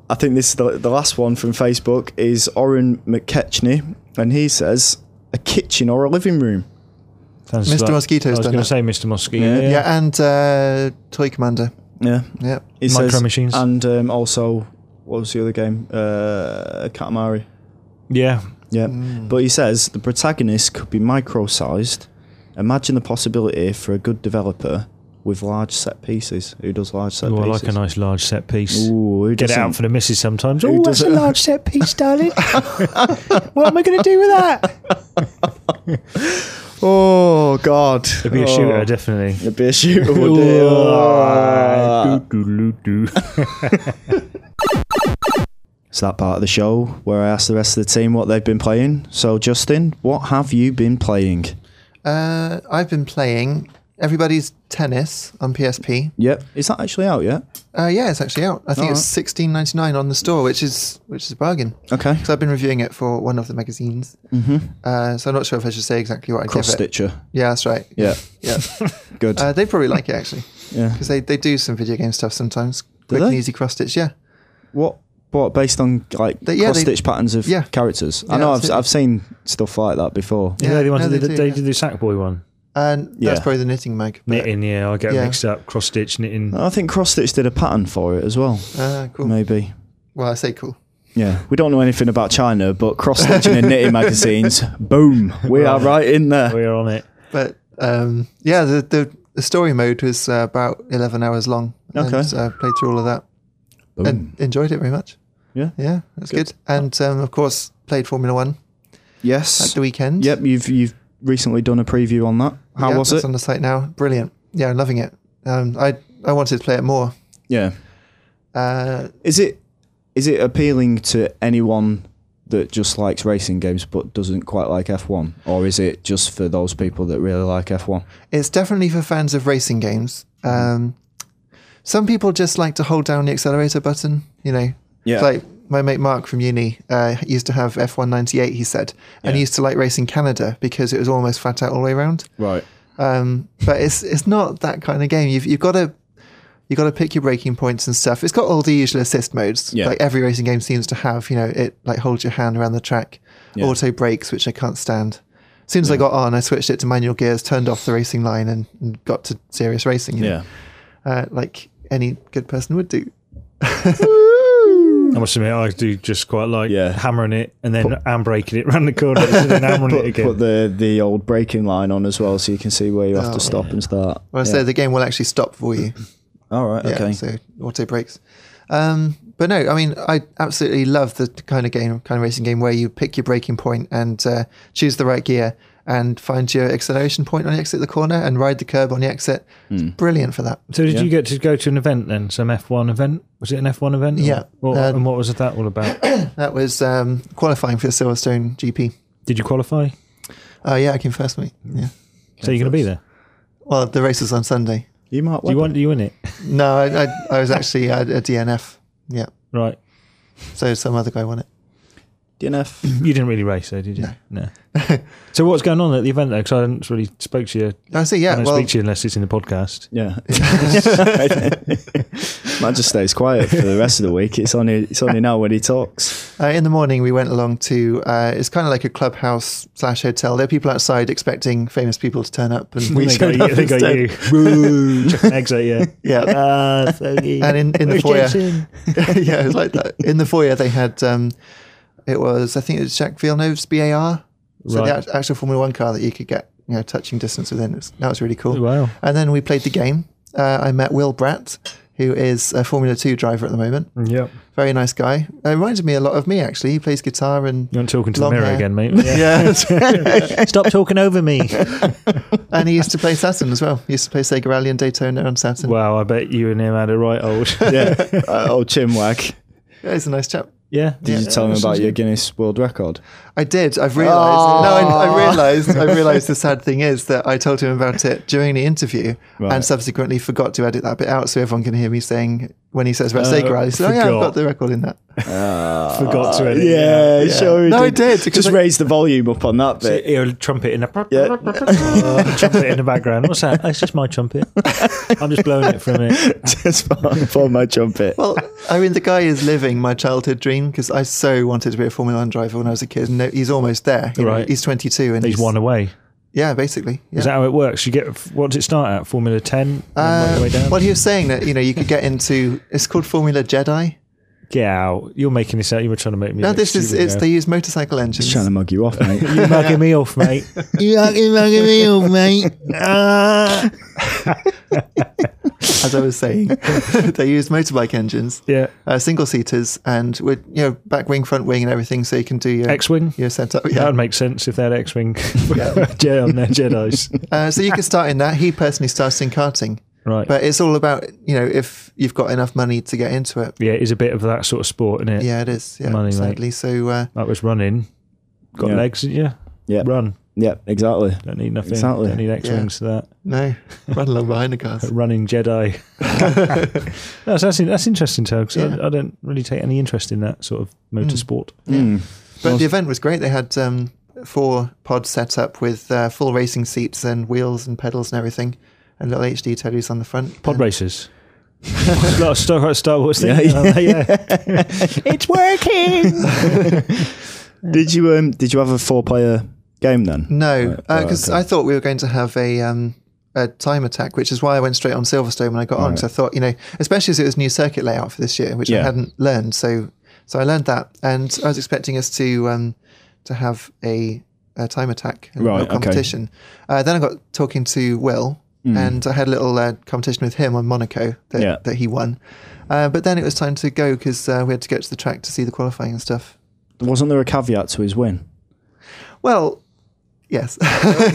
I think this is the, the last one from Facebook is Oren McKechnie, and he says a kitchen or a living room.
Sounds
Mr. Mosquito's
I was
done
going to
that.
say Mr. Mosquito.
Yeah.
Yeah, and uh, Toy Commander.
Yeah,
Yeah.
he
Micro machines.
and um, also what was the other game? Uh, Katamari.
yeah.
Yeah, but he says the protagonist could be micro-sized. Imagine the possibility for a good developer with large set pieces. Who does large set
Ooh, I
pieces?
like a nice large set piece.
Ooh, who
Get it out
doesn't?
for the missus sometimes.
Who
Oh, that's a
doesn't-
large set piece, darling. [laughs] what am I going to do with that?
[laughs] Oh God! Oh.
It'd be a shooter, definitely.
It'd be a shooter. would it? Oh.
[laughs]
It's that part of the show where I ask the rest of the team what they've been playing. So, Justin, what have you been playing?
Uh, I've been playing Everybody's Tennis on PSP.
Yep. Is that actually out yet?
Uh, yeah, it's actually out. I think
Alright.
it's sixteen ninety nine on the store, which is which is a bargain.
Okay. Mm-hmm.
Because I've been reviewing it for one of the magazines, uh, so I'm not sure if I should say exactly what I
Cross
give it.
Stitcher.
Yeah, that's right.
[laughs] Yeah.
yeah.
Good.
Uh, they probably like it actually,
yeah.
because they, they do some video game stuff sometimes. Quick
they?
and easy cross stitch. Yeah,
What? What? Based on like
They- yeah,
cross
they-
stitch patterns of
yeah.
characters. I
Yeah,
know I've
absolutely.
I've seen stuff like that before.
Yeah, they, wanted the,
no, they do,
they
yeah.
did the Sackboy one.
and
Yeah.
that's probably the knitting mag. but-
Knitting, yeah. I get
Yeah.
mixed up. Cross stitch, knitting.
I think cross stitch did a pattern for it as well.
Ah, cool.
Maybe.
Well, I say cool.
Yeah, we don't know anything about China, but cross stitching and
[laughs]
knitting magazines, boom, we are right in there.
We are on it.
But um, yeah, the, the the story mode was uh, about eleven hours long.
Okay.
and, uh, played through all of that
Boom.
and enjoyed it very much.
Yeah.
yeah, that's good. And um, of course, played Formula One at
Yes.
the weekend.
Yep, you've you've recently done a preview on that. How
Yeah,
was
that's
it?
on the site now. Brilliant. Yeah, I'm loving it. Um, I I wanted to play it more.
yeah.
Uh,
Is it is it appealing to anyone that just likes racing games but doesn't quite like F1? Or is it just for those people that really like F1?
It's definitely for fans of racing games. Um, some people just like to hold down the accelerator button, you know.
Yeah.
It's like my mate Mark from uni uh, used to have F198, he said, and he
Yeah.
used to like racing Canada because it was almost flat out all the way around.
Right.
Um, but it's it's not that kind of game. You've you've got to you got to pick your breaking points and stuff. It's got all the usual assist modes,
Yeah.
like every racing game seems to have. You know, it like holds your hand around the track,
Yeah.
auto brakes, which I can't stand. As soon as I got on, I switched it to manual gears, turned off the racing line, and, and got to serious racing. you know,
Yeah.
uh, like any good person would do.
I must admit, I do just quite like
Yeah.
hammering it and then handbraking it round the corner and then hammering it
Put,
again.
put the, the old braking line on as well so you can see where you have
Oh,
to stop and start.
Well, I
Yeah.
so the game will actually stop for you.
All right.
Yeah,
okay.
so auto brakes. Um, but no, I mean, I absolutely love the kind of game, kind of racing game where you pick your braking point and uh, choose the right gear and find your acceleration point on the exit of the corner and ride the curb on the exit.
Hmm.
It's brilliant for that.
so, did
Yeah.
you get to go to an event then? Some F1 event? Was it an F1 event? or-
Yeah.
What-
Uh,
and what was that all about?
[coughs] That was um, qualifying for the Silverstone GP.
did you qualify?
Oh, yeah, I came first, mate. Yeah.
So, you're going to be there?
Well, the race was on Sunday.
You might
Do you want? Do you win it?
No, I, I, I was actually at a DNF. Yeah.
Right.
So some other guy won it.
DNF.
You didn't really race, though, did you? No.
[laughs]
so, what's going on at the event though? Because I haven't really spoke to you.
I see.
I
Yeah.
don't
Well,
speak to you unless it's in the podcast.
[laughs] Yeah. Matt just stays quiet for the rest of the week. It's only it's only now when he talks.
Uh, in the morning, we went along to uh, it's kind of like a clubhouse slash hotel. There are people outside expecting famous people to turn up,
[laughs]
and
We
showed up
I think I you.
[laughs]
Woo! Exit. Yeah.
yeah, [laughs]
Ah, Foggy.
and in, in the
We're
foyer,
catching.
yeah, it was like that. In the foyer, they had um, it was I think it was Jacques Villeneuve's BAR, so
Right.
the act- actual Formula One car that you could get you know touching distance within. It was, that was really cool.
Oh, Wow.
And then we played the game. Uh, I met Will Bratt, who is a Formula Two driver at the moment.
Yep.
Very nice guy. It reminded me a lot of me actually. He plays guitar and
You aren't talking to
Long
the mirror
hair.
again, mate.
[laughs] yeah.
[laughs] Stop talking over
[laughs]
me.
and he used to play Saturn as well. He used to play Sega Rally and Daytona on Saturn.
wow, I bet you and him had a right
[laughs]
old.
Yeah. [laughs] Uh, old chinwag.
Yeah, he's a nice chap.
yeah.
Did you tell him about your Guinness World Record?
I did. I've realised.
Oh.
No, I, I realised. I realised the sad thing is that I told him about it during the interview
Right.
and subsequently forgot to edit that bit out so everyone can hear me saying when he says about
Uh,
Sega Rally. So oh, yeah, I've
forgot.
got the record in that.
Forgot to edit.
yeah, sure. he
No, I did, because
Just
I-
raise the volume up on that bit.
Hear a trumpet in the
Yeah.
[laughs] trumpet in the background. What's that? It's just my trumpet. I'm just blowing it for a
[laughs]
minute.
[laughs] Just for, for my trumpet.
Well, I mean, the guy is living my childhood dream because I so wanted to be a Formula One driver when I was a kid. And no, he's almost there. You know,
Right.
he's 22 and
He's one away.
Yeah, basically. Yeah.
Is that how it works? You get what does it start at? Formula Ten.
Um,
way down.
well, he was saying that you know you could get into it's called Formula Jedi.
Get out! You're making this out. You were trying to make me.
No,
look
this is
stupid
it's
now. [laughs]
they use motorcycle engines.
Just trying to mug you off, mate.
You're
[laughs]
mugging me off, mate.
you fucking mugging me off, mate.
Ah.
As I was saying, [laughs] they use motorbike engines,
yeah.
uh, single seaters, and with you know back wing, front wing, and everything, so you can do your
X-wing.
your setup.
That
Yeah.
would make sense if they had
[laughs]
X-wing Je- on their Jedi's. [laughs]
Uh, so you can start in that. He personally starts in karting,
Right.
but it's all about you know if you've got enough money to get into it.
yeah, it is a bit of that sort of sport, isn't it?
Yeah, it is. Yeah,
Money, mate.
sadly. So uh,
That was running. Got
Yeah.
legs, didn't you?
[laughs] Yeah.
Run.
Yeah, exactly.
Don't need nothing.
Exactly.
Don't need X-wings for that.
no,
[laughs]
run along behind the cars.
But running Jedi. no, so that's in- that's interesting, Tog. Because
Yeah.
I, I don't really take any interest in that sort of motorsport.
Mm.
But the event was great. They had um, four pods set up with uh, full racing seats and wheels and pedals and everything, and little HD tellies on the front.
Pod
And-
races. a lot of Star, Star Wars thing.
Yeah.
aren't they? yeah. it's working.
Did you um did you have a four player game then?
No, uh,
Right,
because
right, okay.
I thought we were going to have a um, a time attack, which is why I went straight on Silverstone when I got on. Because I thought, you know, especially as it was new circuit layout for this year, which I
Yeah.
hadn't learned. So, so I learned that, and I was expecting us to um, to have a, a time attack and
Right,
no
okay.
competition. Uh, then I got talking to Will, and I had a little uh, competition with him on Monaco that,
Hmm. Yeah.
that he won. Uh, but then it was time to go because uh, we had to get to the track to see the qualifying and stuff.
Wasn't there a caveat to his win?
Well, yes.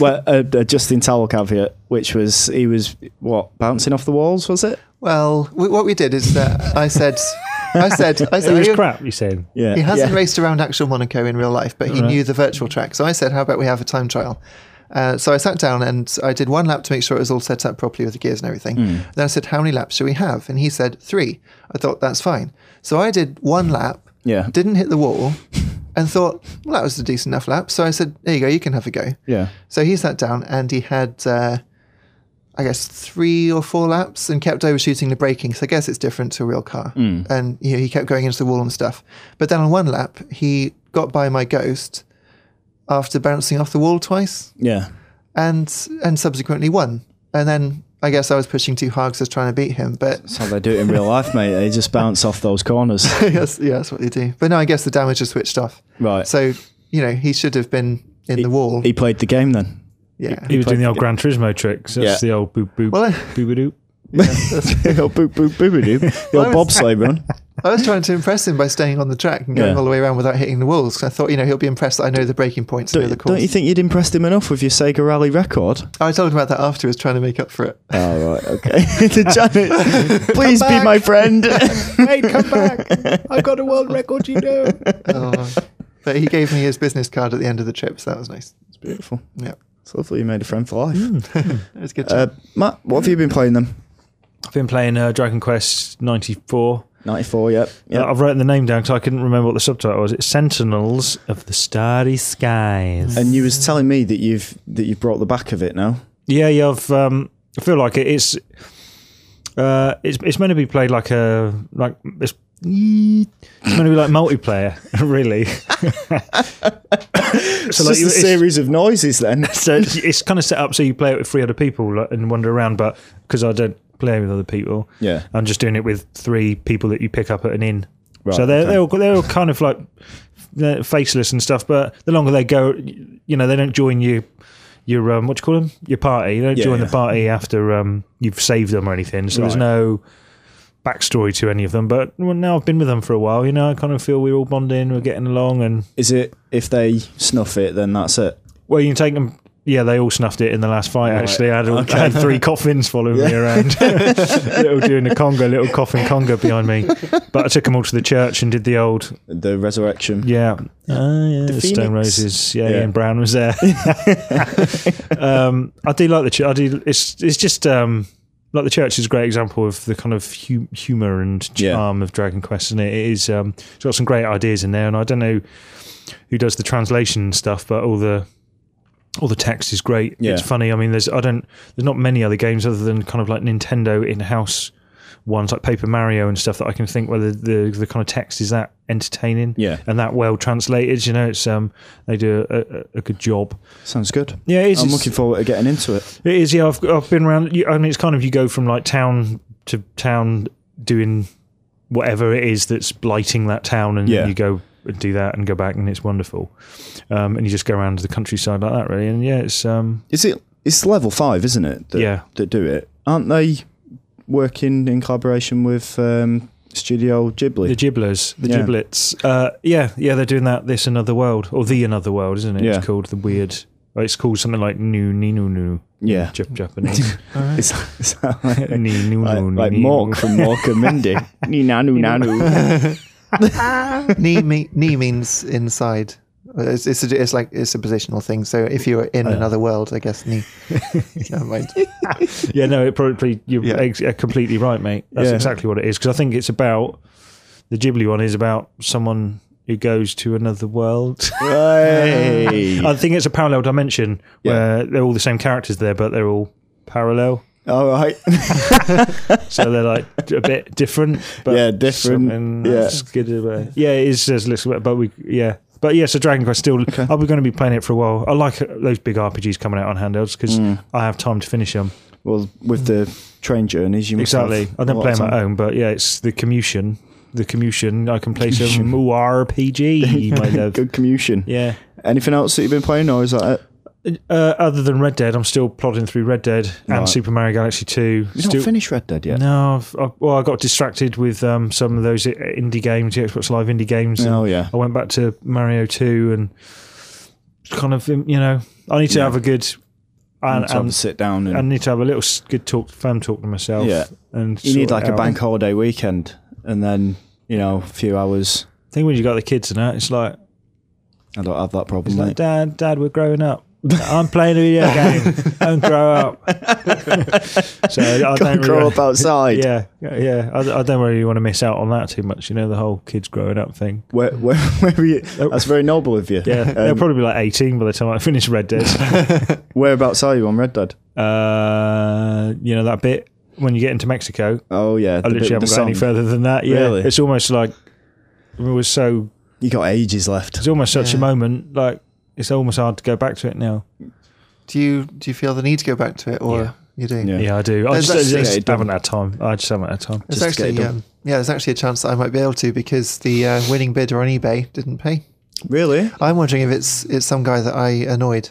[laughs]
well, a, a Justin Towell caveat, which was he was what bouncing off the walls, was it?
Well, w- what we did is that I said, I said, I said,
[laughs] It was
"Are you-
crap, you said.
Yeah.
He hasn't
yeah.
raced around actual Monaco in real life, but he knew the virtual track. So I said, "How about we have a time trial?" Uh, so I sat down and I did one lap to make sure it was all set up properly with the gears and everything.
Hmm.
Then I said, "How many laps should we have?" And he said, three. I thought that's fine. So I did one lap,
Yeah.
didn't hit the wall, and thought, "Well, that was a decent enough lap." So I said, "There you go, you can have a go."
Yeah.
So he sat down and he had, uh, I guess, three or four laps and kept overshooting the braking. So I guess it's different to a real car.
Hmm.
And you know, he kept going into the wall and stuff. But then on one lap, he got by my ghost after bouncing off the wall twice
Yeah.
and and subsequently won. And then I guess I was pushing too hard 'cause I was trying to beat him. But [laughs]
That's how they do it in real life, mate. They just bounce off those corners.
yes, yeah, that's what they do. But no, I guess the damage was switched off.
Right.
So, you know, he should have been in the wall.
He played the game then.
yeah.
He was doing the old Gran Turismo tricks. That's
Yeah.
the old boop boop
Well, I-
boop boop doop.
[laughs] old boop boop boop
[laughs]
doop. The old bobsleigh run.
I was trying to impress him by staying on the track and going
Yeah.
all the way around without hitting the walls. 'cause I thought, you know, he'll be impressed that I know the breaking points and know the
Don't,
course.
don't you think you'd impressed him enough with your Sega Rally record?
I told him about that afterwards, trying to make up
[laughs]
for it.
Oh, right, [laughs] okay. to
[laughs]
Janet, please be my friend.
Hey, come back! I've got a world record, you know.
Oh. but he gave me his business card at the end of the trip, so that was nice.
it's beautiful.
Yeah,
It's lovely you made a friend for life.
it was good.
Uh,
job.
Matt, what have you been playing then?
I've been playing uh, Dragon Quest ninety four.
94, yep.
Yeah.
yep.
I've written the name down because I couldn't remember what the subtitle was. It's Sentinels of the Starry Skies.
and you was telling me that you've that you've brought the back of it now.
Yeah, yeah. I've, um, I feel like it- it's uh, it's it's meant to be played like a like it's, it's meant to be like multiplayer, [laughs]
[laughs]
really.
It's
like
just
you-
a series of noises then.
So it's, it's kind of set up so you play it with three other people like, and wander around, but because I don't play with other people,
[laughs] Yeah.
I'm just doing it with three people that you pick up at an inn.
Right,
so they're
okay.
they're, all, they're all kind of like they're faceless and stuff. But the longer they go, you know, they don't join you. Your um, what do you call them? Your party. They don't
Yeah,
join
yeah.
the party after um, you've saved them or anything. So there's
Right.
no backstory to any of them. But well, now I've been with them for a while. You know, I kind of feel we're all bonding, we're getting along, and
Is it if they snuff it, then that's it?
well, you can take them. Yeah, they all snuffed it in the last fight. Actually, I had, I had three coffins following me around, [laughs] little doing a conga, little coffin conga behind me. But I took them all to the church and did the old
The resurrection.
yeah, ah, yeah the
Phoenix.
Stone Roses. Yeah,
Yeah.
Ian Brown was
[laughs]
there. um, I do like the church. I do. It's it's just um, like the church is a great example of the kind of hu- humor and
Yeah.
charm of Dragon Quest, and it is um, it's got some great ideas in there. And I don't know who does the translation and stuff, but all the all the text is great.
Yeah.
It's funny. I mean, there's I don't there's not many other games other than kind of like Nintendo in house ones like Paper Mario and stuff that I can think whether the, the kind of text is that entertaining
Yeah.
and that well translated. You know, it's um they do a, a, a good job.
Sounds good.
Yeah, it is.
I'm
It's-
looking forward to getting into it.
It is. Yeah, I've I've been around. you- I mean, it's kind of you go from like town to town doing whatever it is that's blighting that town, and
Yeah.
then you go and do that and go back, and it's wonderful. Um, and you just go around the countryside like that, really. And yeah, it's um
Is it? It's level five, isn't it? That,
Yeah.
That do it, aren't they? Working in collaboration with um, Studio Ghibli.
the gibblers, the
Yeah.
giblets. Uh, yeah, yeah, they're doing that. This another world or the another world, isn't it?
Yeah.
It's called the weird. It's called something like new ninu nu.
yeah. [laughs]
Jap- Japanese.
It's, it's [laughs] like,
Ni- nu-
like,
nu-
like
ni-
Mork
nu.
from Mork and Mindy. [laughs] Ni nanu nanu.
knee, me- knee means inside. It's, it's, a, it's like it's a positional thing. So if you were
Oh,
in another world, I
[laughs]
guess knee. Never mind.
[laughs] yeah, no, it probably you're
Yeah.
ex- uh, completely right, mate. That's
Yeah.
exactly what it is because I think it's about the Ghibli one is about someone who goes to another world. [laughs]
Hey.
I think it's a parallel dimension
Yeah.
where they're all the same characters there, but they're all parallel.
All right.
So they're like a bit different, but
Yeah, different.
something
Yeah.
that's good about- yeah, it is. There's a little bit, but we, yeah, but yeah. So Dragon Quest still. I'll be going to be playing it for a while. I like uh, those big RPGs coming out on handhelds because
Mm.
I have time to finish them.
well, with the train journeys, you must
Mm. Exactly.
have
I
a
don't
lot
play
of
them at
time.
home, but yeah, it's the commution. The commution. I can play some [laughs] RPG, my
[laughs]
love.
Good commution.
Yeah.
Anything else that you've been playing, or is that it?
Uh, other than Red Dead, I'm still plodding through Red Dead and
Right.
Super Mario Galaxy 2.
You
still,
not finished Red Dead yet?
no, I've, I, well, I got distracted with um, some of those i- indie games, the Xbox Live indie games. and
Oh, yeah.
I went back to Mario 2 and kind of, um, you know, I need to have a good. And,
And, to have a
and
sit down and
I need to have a little s- good talk, fam talk to myself.
Yeah.
and
you
sort
need
it
like a
out.
bank holiday weekend, and then you know, a few hours.
I think when you got the kids and that, it's like,
I don't have that problem,
it's like
mate.
Dad, Dad, we're
[laughs]
growing up. I'm playing a video game. Don't grow up.
[laughs]
so [laughs] I don't really-
grow up outside.
Yeah, yeah. yeah. I, I don't really want to miss out on that too much. You know, the whole kids growing up thing.
Where, where, [laughs] where were you? That's very noble of you.
[laughs] Yeah, they'll
Um,
probably be like 18 by the time I finish Red [laughs] Dead.
whereabouts are you on Red Dead?
uh, you know, that bit when you get into Mexico,
Oh yeah,
I
the bit
literally
with the
haven't got any
song.
further than that. Yeah,
Really?
it's almost like it was so.
You got ages left.
It's almost such
Yeah.
a moment. Like it's almost hard to go back to it now.
Do you do you feel the need to go back to it, or
Yeah.
you do?
Yeah.
[laughs] Yeah, I do. I
There's
just, I
actually-
just
Yeah, it
haven't had time. I just haven't had time.
There's
Just to get it
actually
done.
um, yeah, there's actually a chance that I might be able to because the uh, winning bidder on eBay didn't pay.
Really?
I'm wondering if it's it's some guy that I annoyed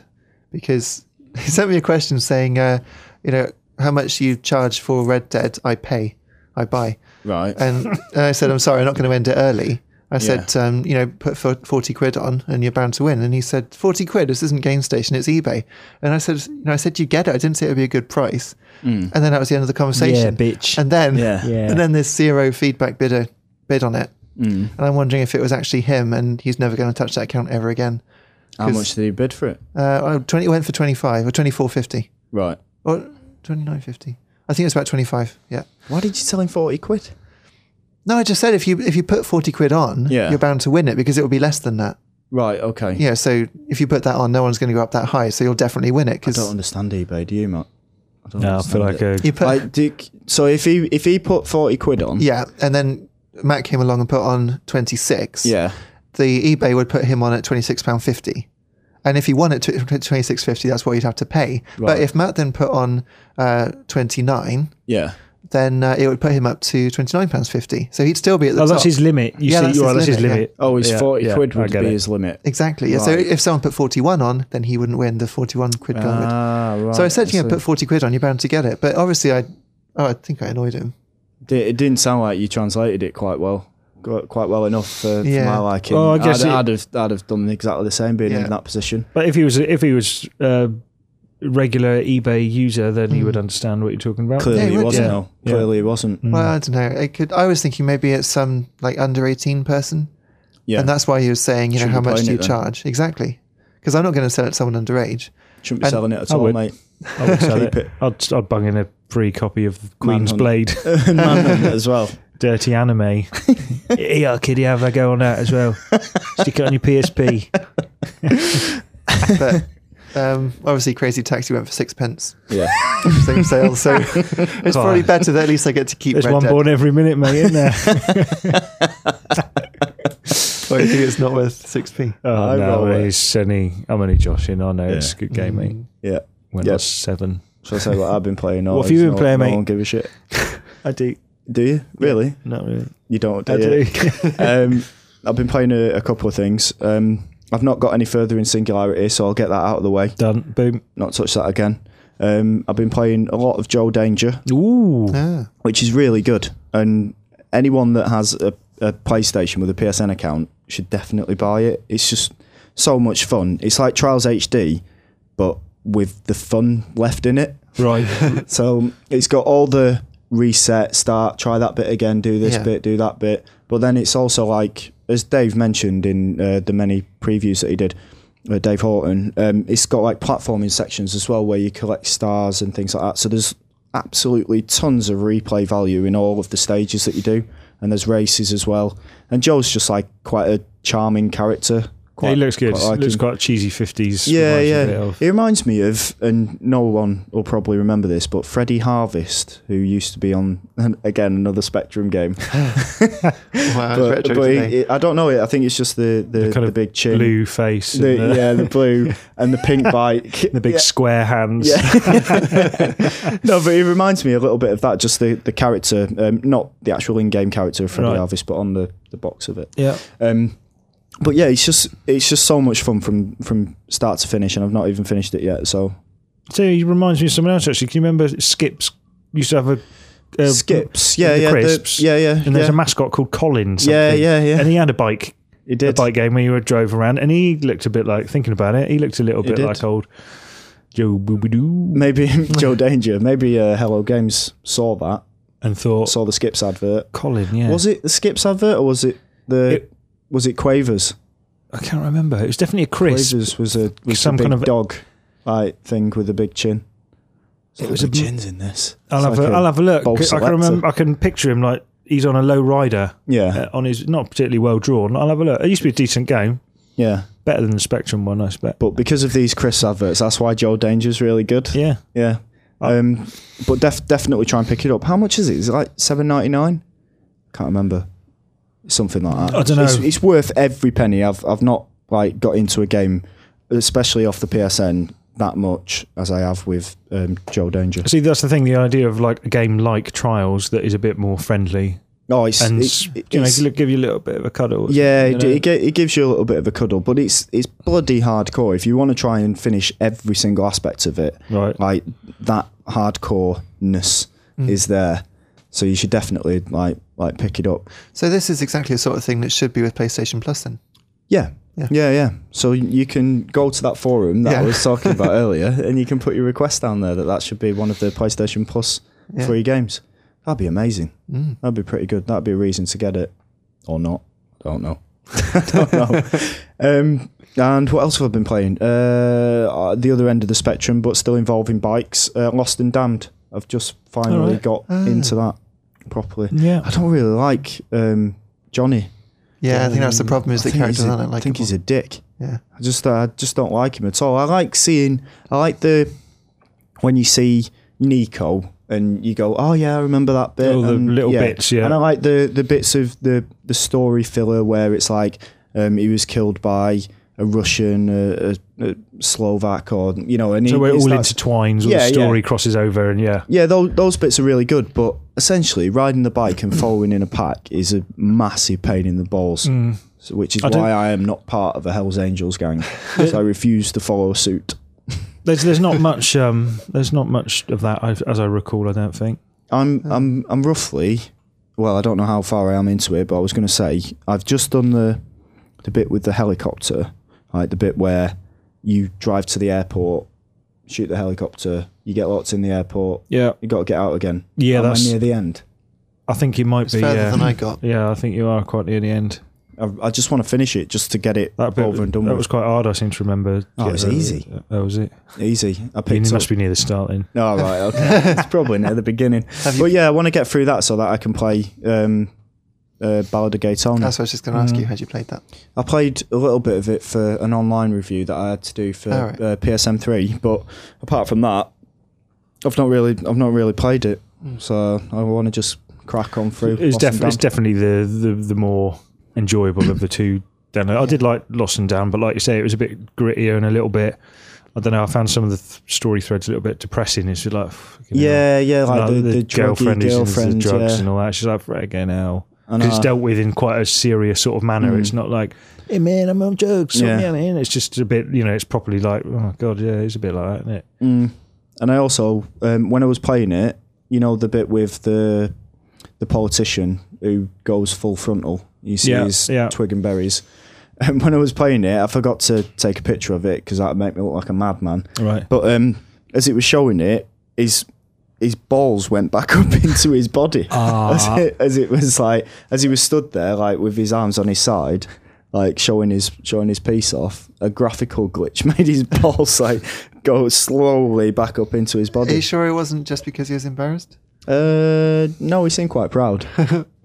because [laughs] he sent me a question saying, uh, you know, how much you charge for Red Dead? I pay, I buy,
Right.
and, and I said, I'm sorry, I'm not going to end it early. I said, um, you know, put for forty quid on, and you're bound to win. And he said, forty quid. This isn't GameStation, it's eBay. And I said, you know, I said you get it. I didn't say it would be a good price. And then that was the end of the conversation.
bitch.
And then,
Yeah.
Yeah.
and then there's zero feedback bidder bid on it. And I'm wondering if it was actually him, and he's never going to touch that account ever again.
How
'cause-
much did he bid for it?
Uh, oh, 20, it went for 25 or 24.50
Right.
or 29.50. I think it's about 25. Yeah.
Why did you tell him forty quid?
No, I just said if you if you put 40 quid on,
Yeah.
you're bound to win it because it will be less than that.
Right. Okay.
Yeah. So if you put that on, no one's going to go up that high. So you'll definitely win it
I don't
because
understand eBay. Do you, Matt? I don't
No, I feel
understand
like
it.
a,
you put.
Like, do, so if he if he put forty quid on,
yeah. And then Matt came along and put on 26.
yeah,
the eBay would put him on at twenty six pound fifty, and if he won at twenty six fifty, that's what you'd have to pay. But
Right.
if Matt then put on uh, twenty nine,
yeah,
then uh, it would put him up to twenty nine pounds fifty. So he'd still be at the
oh,
top.
that's his limit. You
Yeah,
see,
that's
you are,
his
that's his
limit, yeah.
limit.
oh, his
Yeah,
forty
yeah,
quid
I
would be
get it.
his limit.
exactly. Yeah. So
Right.
if someone put forty one on, then he wouldn't win the forty one quid guy would.
Ah, right.
So I said,
I
you know,
see.
put forty quid on, you're bound to get it. But obviously, I, oh, I think I annoyed him.
Di- it didn't sound like you translated it quite well, qu- quite well enough for,
Yeah.
for my liking.
Well, Oh, I guess
I'd,
it-
I'd have I'd have done exactly the same being
Yeah.
in that position.
But if he was if he was a regular eBay user, then he would understand what you're talking about. Hmm.
Clearly,
Yeah,
he
would,
wasn't.
yeah.
though.
Yeah.
Clearly, he wasn't.
Well, I don't know. It could. I was thinking maybe it's some like under eighteen person.
Yeah,
And that's why he was saying, you know,
Shouldn't
how
be
much
playing
do you
it then.
charge? Exactly. Because I'm not going to sell it to someone underage.
shouldn't be
and-
selling it at
I
all,
would.
mate.
I would sell
Keep
it. I'd, I'd bung in a free copy of Queen's
Manhunt. [laughs]
Blade,
Man on
[laughs]
it as well. [laughs]
dirty anime. yeah, kiddie, have a go on that as well. Stick it on your PSP.
[laughs]
But um, obviously, Crazy Taxi went for sixpence,
Yeah,
same sale. So it's probably better that at least I get to keep
There's
Red
one
Dead.
born every minute, mate, isn't there?
[laughs]
Or you think it's not
[laughs]
worth 6p?
Oh
I
no,
roll it.
it's only I'm only joshing. I know it's
Yeah.
a
Mm.
good game, mate.
yeah.
When I
Yeah.
was seven,
So I say what I've been playing.
What
all
have you
is
been
no-
playing,
no
mate?
one give a shit.
I do
Do you really?
not really.
You don't. Do
I
you?
do. [laughs]
um, I've been playing a, a couple of things. Um, I've not got any further in Singularity, so I'll get that out of the way.
Done. Boom.
Not touch that again. Um, I've been playing a lot of Joe Danger,
Ooh.
Ah,
which is really good. And anyone that has a, a PlayStation with a PSN account should definitely buy it. It's just so much fun. It's like Trials HD, but with the fun left in it.
Right.
So it's got all the reset, start, try that bit again, do this
Yeah.
bit, do that bit. But then it's also like, as Dave mentioned in uh, the many previews that he did, uh, Dave Horton, um, it's got like platforming sections as well where you collect stars and things like that. So there's absolutely tons of replay value in all of the stages that you do. And there's races as well. And Joe's just like quite a charming character. [laughs] Quite,
he looks good.
quite like
looks
him.
quite cheesy fifties.
Yeah, yeah. It reminds me of, and no one will probably remember this, but Freddie Harvest, who used to be on, and again, another Spectrum
[laughs]
game.
wow, it's
But,
retro
but
today.
it- I don't know it. I think it's just the, the,
kind
the
of
big chin.
Blue face.
The-
and the,
yeah, the blue and the pink bike.
[laughs] the big square hands.
no, but it reminds me a little bit of that, just the, the character, um, not the actual in game character of Freddie
Right.
Harvest, but on the, the box of it.
yeah.
Um, but yeah, it's just it's just so much fun from, from start to finish, and I've not even finished it yet. So
So he reminds me of someone else actually. Can you remember Skips used to have a uh,
skips, yeah,
the
yeah, the-
crisps.
yeah, yeah,
and there's
yeah.
a mascot called Colin. Something.
Yeah, yeah, yeah.
And he had a bike,
It
a
did.
bike game where you drove around, and he looked a bit like thinking about it. He looked a little bit
did.
like old Joe Boobadoo. [laughs]
Maybe Joe Danger, maybe uh, Hello Games saw that
and thought,
Saw the Skips advert.
Colin, yeah.
Was it the Skips advert or was it the
It-
was it Quavers?
I can't remember. It was definitely a crisp.
Quavers was a was some
some kind
kind
of-
of dog like thing with a big chin.
It was a big
chins in this.
I'll, have a, I'll have a look.
bowl
I can
selector.
remember. I can picture him like he's on a low rider
Yeah,
uh, on his not particularly well drawn. I'll have a look. It used to be a decent game,
yeah.
better than the Spectrum one, I suspect.
But because of these Chris adverts, that's why Joel Danger's really good.
Yeah,
Yeah.
Uh,
Um, but def- definitely try and pick it up. How much is it? Is it like seven ninety nine? Can't remember. Something like that.
I dunno.
It's, it's worth every penny. I've I've not like got into a game, especially off the PSN, that much as I have with um, Joel Danger.
see, that's the thing. The idea of like a game like Trials that is a bit more friendly
Oh, it's,
and
it's,
you know
it's-
give you a little bit of a cuddle.
yeah,
you
it,
know.
it, gi- it gives you a little bit of a cuddle, but it's it's bloody hardcore. If you want to try and finish every single aspect of it,
right.
like that hardcoreness is there. So you should definitely like like pick it up.
So this is exactly the sort of thing that should be with PlayStation Plus then.
Yeah.
Yeah.
Yeah, yeah. So you can go to that forum that
Yeah.
I was talking
[laughs]
about earlier, and you can put your request down there that that should be one of the PlayStation Plus
Yeah.
free games. That'd be amazing.
Mm.
That'd be pretty good. That'd be a reason to get it or not. Don't
[laughs]
know. [laughs] Don't know. Um, and what else have I been playing? Uh, uh, the other end of the spectrum, but still involving bikes. Uh, Lost and Damned. I've just finally
Alright.
got
Ah.
into that properly.
Yeah.
I don't really like um, Johnny.
Yeah, I think that's the
Um,
problem is
I
the
think
characters
he's a-
aren't
I
like
think he's a dick.
yeah.
I just I just don't like him at all. I like seeing I like the when you see Nico and you go, oh yeah, I remember that bit.
All the
and,
little bits, yeah.
And I like the the bits of the the story filler where it's like um, he was killed by a Russian, a, a, a Slovak, or you know, and he,
So where it
it's
all
that-
intertwines, all
Yeah,
the
yeah.
story crosses over, and yeah,
yeah, those, those bits are really good, but essentially riding the bike and following in a pack is a massive pain in the balls, so, which is
Mm. I don't-
why I am not part of a Hell's Angels
[laughs]
gang. so I refuse to follow suit.
there's there's
[laughs]
not much um there's not much of that I, as I recall. I don't think.
I'm I'm I'm roughly well, I don't know how far I am into it, but I was gonna say I've just done the the bit with the helicopter. Like the bit where you drive to the airport, shoot the helicopter, you get locked in the airport,
Yeah,
you gotta get out again.
Yeah,
Am I
that's-
near the end.
I think it might
It's
be.
further
Yeah.
than I got.
yeah, I think you are quite near the end.
I, I just wanna finish it just to get it
That bit,
over and done
that
with.
was quite hard. I seem to remember.
Oh, it was
Yeah,
easy.
that- That was it.
Easy. I
You
picked up
must be near the start then.
Oh, right, okay.
[laughs]
it's probably near the beginning. But yeah, I want to get through that so that I can play um, uh, Ballad of Gay Tony.
That's what I was just going to
Hmm.
ask you. Had you played that?
I played a little bit of it for an online review that I had to do for
All right.
uh, PSM3, but apart from that, I've not really, I've not really played it. So I want to just crack on through.
Hmm. It's,
Lost and
def- it's
Damned.
definitely the, the the more enjoyable of the two. Down I did like Lost and Down, but like you say, it was a bit grittier and a little bit. I don't know. I found some of the th- story threads a little bit depressing. It's just like, fucking hell.
yeah, yeah, like the,
No,
the, druggy
girlfriend, is into
girlfriend,
the drugs
yeah. uh,
and all that. She's like, right again, now.
I
Because it's
know. Mm.
dealt with in quite a serious sort of manner. It's not like, hey man, I'm on drugs. Yeah.
Yeah.
man. It's just a bit, you know, it's properly like, oh god, yeah, it's a bit like that, isn't it?
Mm. And I also, um, when I was playing it, you know, the bit with the the politician who goes full frontal. You see
Yeah,
his
yeah.
twig and berries. [laughs] And when I was playing it, I forgot to take a picture of it because that'd make me look like a madman.
Right.
But um, as it was showing it, his his balls went back [laughs] up into his body as, it, as it was like as he was stood there, like with his arms on his side, like showing his showing his piece off. A graphical glitch [laughs] made his balls like go slowly back up into his
Are you
body.
sure it wasn't just because he was embarrassed?
Uh, no, he seemed quite proud.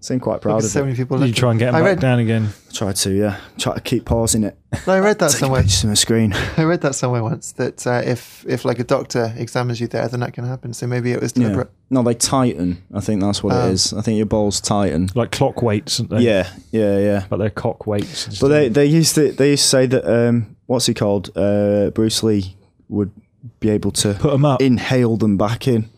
seemed quite proud
Because
of
so
it.
many people.
You
looked-
try and get him
I
back
read,
down again.
Tried to yeah, try to keep pausing it.
no,
[laughs]
I read that
Take
somewhere.
pictures on the screen.
I read that somewhere once that uh, if if like a doctor examines you there, then that can happen. So maybe it was
Yeah.
deliberate.
No, they tighten. I think that's what
Um,
it is. I think your balls tighten.
Like clock weights, aren't they?
Yeah, yeah, yeah.
But they're cock weights. and
But they,
stuff.
they used to they used to say that um, what's he called uh, Bruce Lee would be able to
put them up.
inhale them back in.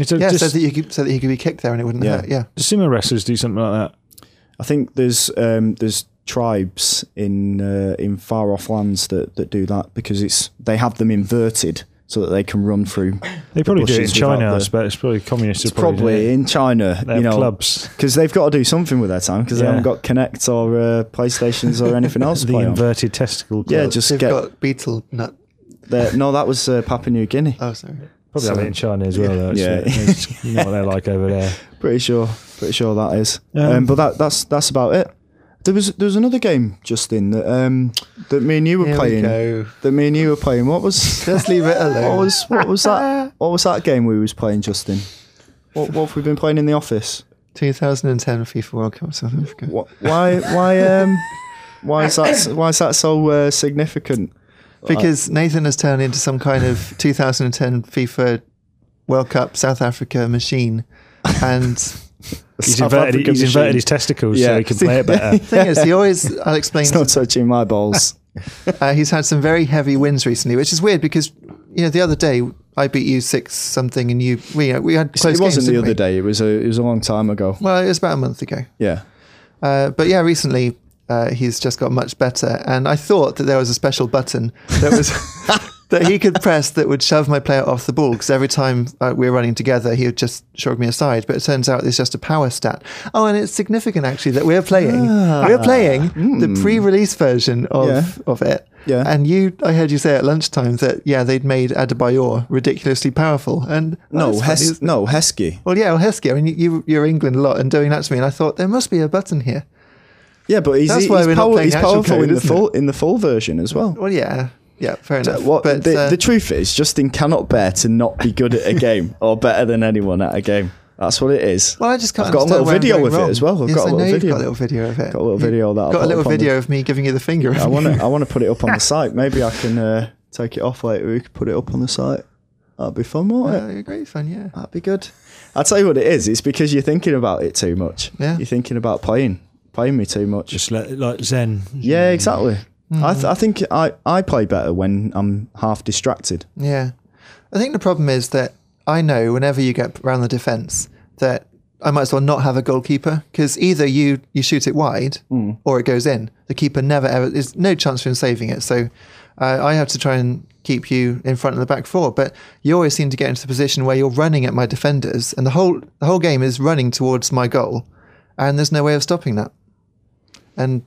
It's a-
Yeah, so
just,
that you could so that you could be kicked there and it wouldn't
Yeah.
hurt. Yeah.
sumo wrestlers do something like that.
I think there's um, there's tribes in uh, in far off lands that, that do that because it's they have them inverted so that they can run through.
They probably do it in
bushes without
China. I
the-
suppose it's probably communists.
It's
are probably,
probably in China,
They
you
have
know,
clubs.
because they've got to do something with their time because
Yeah.
they haven't got Connect or uh, PlayStations or
[laughs]
anything else. to
The
play on.
inverted testicle.
yeah,
club.
just
They've
get
got beetle nut.
their- no. That was uh, Papua New Guinea.
Oh, sorry.
Probably have it in China as well. Though, it's-
Yeah.
it's- you know what they're like over
[laughs]
there.
Pretty sure, pretty sure that is.
Um,
Um, but that that's that's about it. There was there was another game, Justin, that um that me and you were
Here we
playing.
go.
That me and you were playing. What was
Let's leave it
what
alone.
was what was that? What was that game we was playing, Justin? What what have we been playing in the office?
2010 FIFA World Cup South Africa.
Wh- Why why um why is that s- why is that so uh, significant?
Because Nathan has turned into some kind of 2010 FIFA World Cup South Africa machine. And
[laughs]
the
He's
South
inverted,
African
he's inverted
machine.
his testicles so
Yeah.
he can play
[laughs]
it better.
thing is, he always, I'll explain,
It's not touching my balls.
uh, he's had some very heavy wins recently, which is weird because, you know, the other day I beat you six something and you, we, uh, we had close
it wasn't
games,
the
didn't
other
we?
day. It was a it was a long time ago.
Well, it was about a month ago.
Yeah.
Uh, but yeah, recently uh, he's just got much better. And I thought that there was a special button
[laughs]
that was that he could press that would shove my player off the ball because every time uh, we were running together, he would just shrug me aside. But it turns out it's just a power stat. Oh, and it's significant actually that we're playing we're playing the pre-release version of
Ah. Hmm. Yeah.
of it.
Yeah.
And you, I heard you say at lunchtime that yeah, they'd made Adebayor ridiculously powerful. And
No,
that's funny,
Hes- no, Heskey.
well, yeah, well, Heskey, I mean, you- you, you're England a lot and doing that to me. And I thought, there must be a button here.
Yeah, but he's,
That's
he's,
why we're not
power-
playing
he's
actual
powerful
code,
in the
isn't
full in the full version as well.
Well, yeah, yeah, fair enough.
What
but
the,
uh,
the truth is, Justin cannot bear to not be good at a
[laughs]
game or better than anyone at a game. That's what it is.
well, I just can't.
I've got a
understand
little
where I'm
video
going
of
wrong.
it as well. I've
yes,
got a
I know
little
you've
video.
got a little video of it.
Got a little video that I'll
got
put
a little
up on the-
video of me giving you the finger.
I want
[laughs]
to I want to put it up on the site. Maybe I can uh, take it off later. We could put it up on the site. That'd be fun, wouldn't it?
Uh, great fun, yeah.
That'd be good. I'll tell you what it is. It's because you're thinking about it too much.
Yeah.
You're thinking about playing playing me too much.
Just let, like Zen.
yeah, exactly. I, th- I think I, I play better when I'm half distracted.
Yeah. I think the problem is that I know whenever you get around the defence that I might as well not have a goalkeeper because either you, you shoot it wide or it goes in. The keeper never ever, there's no chance for him saving it. So uh, I have to try and keep you in front of the back four. But you always seem to get into the position where you're running at my defenders and the whole, the whole game is running towards my goal and there's no way of stopping that. And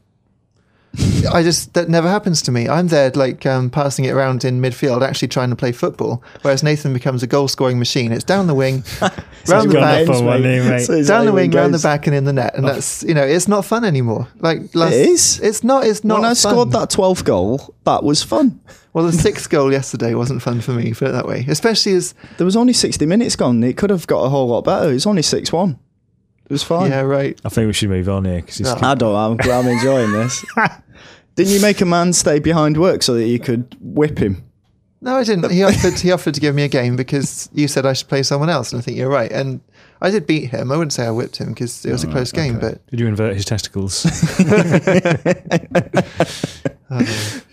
I just that never happens to me. I'm there like um, passing it around in midfield, actually trying to play football. Whereas Nathan becomes a goal scoring machine. It's down
[laughs]
the wing, round
gone
the back,
up on one knee, mate.
it's like
down the
when
wing, round the
guys- Oh.
back, and in the net. And that's you know, it's not fun anymore. Like last,
It is.
It's not. It's not.
When I
fun.
scored that 12th goal, that was fun.
Well, the sixth goal yesterday wasn't fun for me. Put it that way. Especially as
There was only 60 minutes gone. It could have got a whole lot better. It's only 6 1. It was fine.
yeah, right.
I think we should move on here because it's
I don't know. I'm, I'm enjoying
[laughs]
this. Didn't you make a man stay behind work so that you could whip him?
No, I didn't. He offered. he offered to give me a game because you said I should play someone else, and I think you're right. And I did beat him. I wouldn't say I whipped him because it was a close game, but.
Did you invert his testicles? [laughs]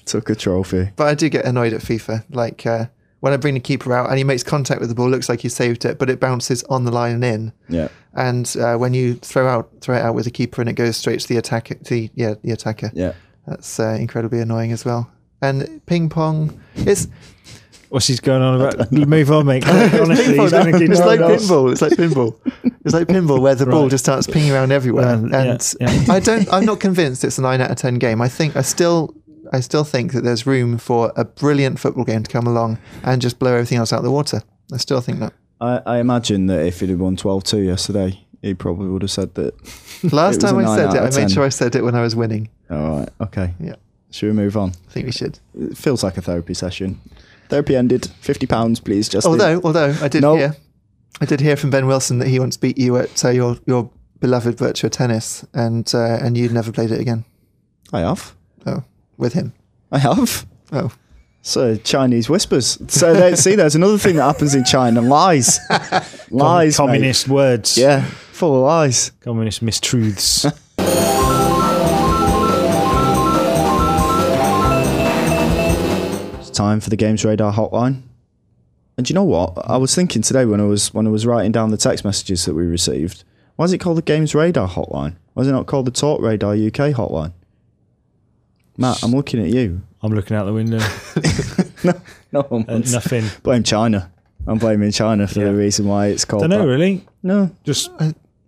Took a trophy.
But I do get annoyed at FIFA. Like uh, when I bring the keeper out and he makes contact with the ball, looks like he saved it, but it bounces on the line and in.
Yeah.
And uh, when you throw out throw it out with the keeper and it goes straight to the attacker, the yeah the attacker.
Yeah.
That's uh, incredibly annoying as well. And ping pong, it's
What's he's
[laughs]
going on about? Move on, mate. Honestly, he's going to keep
it's like
going on.
pinball. It's like pinball. It's like pinball where the ball
Right.
just starts pinging around everywhere.
Well, yeah,
and
yeah.
I don't. I'm not convinced it's a nine out of ten game. I think I still. I still think that there's room for a brilliant football game to come along and just blow everything else out of the water. I still think that.
I, I imagine that if he'd have won 12 2 yesterday, he probably would have said that. [laughs]
Last
It was
time
a
I
nine
said
out
it,
of
I
10.
made sure I said it when I was winning.
All right. Okay.
Yeah,
Should we move on?
I think we should.
It feels like a therapy session. Therapy ended. £50, please, Justin.
Although, although I did
No.
hear, I did hear from Ben Wilson that he once beat you at uh, your your beloved virtua tennis, and uh, and you never played it again.
I have.
Oh, with him.
I have.
Oh,
So Chinese whispers. So there, see, there's another thing that happens in China: lies, lies, mate.
Communist words.
Yeah, full of lies.
Communist mistruths.
[laughs] It's time for the Games Radar hotline. And do you know what? I was thinking today when I was when I was writing down the text messages that we received. Why is it called the Games Radar hotline? Why is it not called the Talk Radar UK hotline? Matt, I'm looking at you.
I'm looking out the window.
No one
Uh,
wants.
nothing.
Blame China. I'm blaming China for
Yeah.
the reason why it's called.
Don't know
that.
really.
No,
Just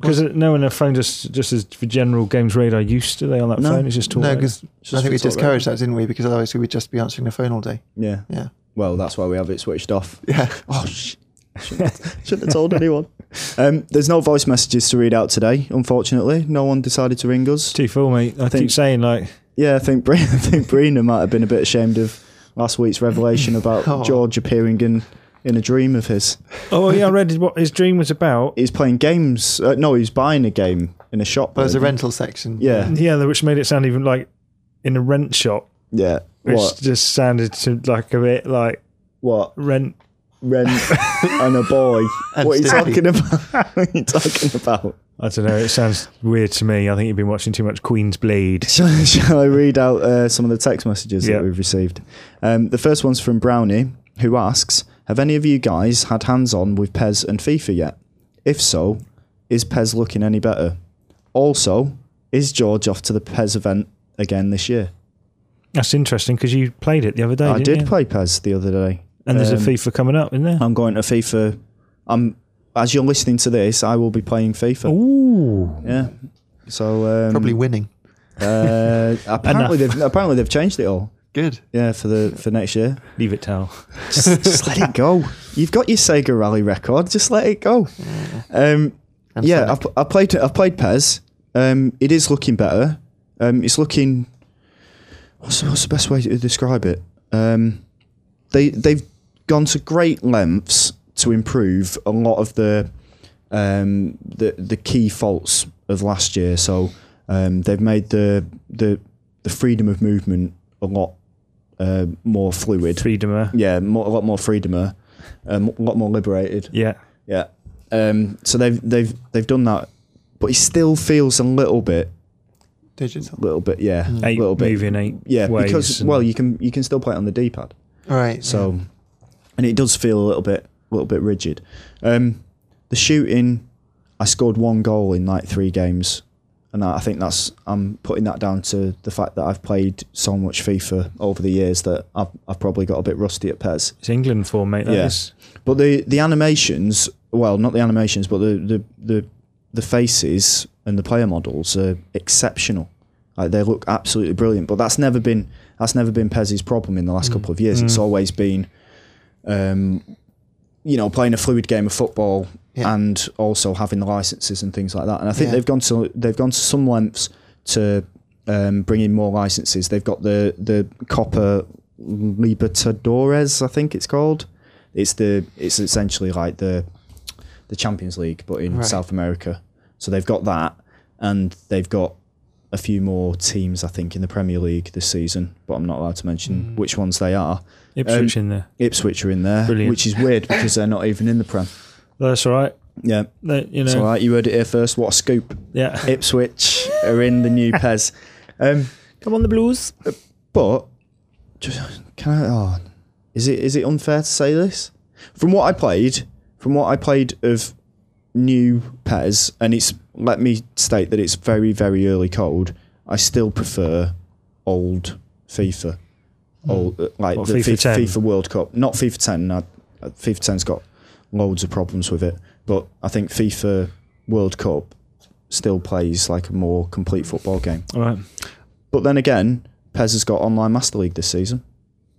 because no one have phoned us just as for general games radar used to they on that
No.
phone. It's just talk.
no,
radio.
because I
just
think we
for talk
discouraged that, didn't we? Because otherwise we would just be answering the phone all day.
yeah.
Yeah.
Well, that's why we have it switched off.
Yeah.
Oh, sh- Shouldn't, shouldn't have told anyone. [laughs] Um, there's no voice messages to read out today, unfortunately. No one decided to ring us.
Too full, mate. I keep
Think-
saying like
Yeah, I think Bre- [laughs] I think Brina might have been a bit ashamed of last week's revelation about
Oh.
George appearing in in a dream of his.
Oh yeah, I read [laughs] what his dream was about.
He's playing games. Uh, no, he's buying a game in a shop.
Well, there's a
wasn't
rental section.
he? Yeah,
Yeah, which made it sound even like in a rent shop,
yeah.
which
What?
just sounded to like a bit like
What?
rent.
Rent and a boy.
And
what are you
Stimpy.
talking about? [laughs] what are you talking about?
I don't know. It sounds weird to me. I think you've been watching too much Queen's Blade.
Shall, [laughs] shall I read out uh, some of the text messages
Yeah.
that we've received? Um, the first one's from Brownie, who asks Have any of you guys had hands on with Pez and FIFA yet? If so, is Pez looking any better? Also, is George off to the Pez event again this year?
That's interesting because you played it the other day.
I
didn't
did
you?
play Pez the other day.
And there's
Um,
a FIFA coming up, isn't there?
I'm going to FIFA. I'm, as you're listening to this, I will be playing FIFA.
Ooh.
Yeah. So um,
Probably winning.
[laughs]
uh, apparently they've apparently they've changed it all.
Good.
Yeah, for the for next year.
Leave it, Tal.
just, just let it go. You've got your Sega Rally record. Just let it go. Um, yeah, I've, I played. I have played Pez. Um, it is looking better. Um, it's looking. What's, what's the best way to describe it? Um, they they've gone to great lengths to improve a lot of the um, the the key faults of last year. So um, they've made the the the freedom of movement a lot uh, more fluid
Freedomer.
yeah, more, a lot more freedomer, um, a lot more liberated.
Yeah.
Yeah. Um, so they've they've they've done that, but he still feels a little bit,
digital.
little bit, yeah, a
Mm. Eight
little bit,
moving eight.
yeah,
ways
because
and-
well, you can you can still play it on the D pad,
All right.
so, and it does feel a little bit little bit rigid. Um, the shooting, I scored one goal in like three games. And I I think that's I'm putting that down to the fact that I've played so much FIFA over the years that I've, I've probably got a bit rusty at Pez.
it's England form, mate. That
Yeah.
is.
But the the animations, well, not the animations, but the the the, the faces and the player models are exceptional. Like they look absolutely brilliant. But that's never been that's never been Pez's problem in the
Mm.
last couple of years. It's always been, um, you know, playing a fluid game of football
Yeah.
and also having the licenses and things like that. And I think
Yeah.
they've gone to they've gone to some lengths to um, bring in more licenses. They've got the the Copper Libertadores, I think it's called. It's the it's essentially like the the Champions League, but in
Right.
South America. So they've got that, and they've got a few more teams, I think, in the Premier League this season. But I'm not allowed to mention which ones they are. Um,
Ipswich in there.
Ipswich are in there,
Brilliant.
which is weird because they're not even in the Prem.
That's all right.
Yeah,
That, you know.
it's all right. You heard it here first. What a scoop!
Yeah. [laughs]
Ipswich are in the new Pez. Um, uh,
Come on, the Blues.
But just, can I? Oh, is it is it unfair to say this? From what I played, from what I played of new Pez, and it's let me state that it's very very early code. I still prefer old FIFA,
Hmm.
old uh, like
What,
the
FIFA
FIFA,
10?
FIFA World Cup, not FIFA 10. I, I- FIFA 10's got loads of problems with it, but I think FIFA World Cup still plays like a more complete football game.
All right.
But then again, Pez has got online Master League this season.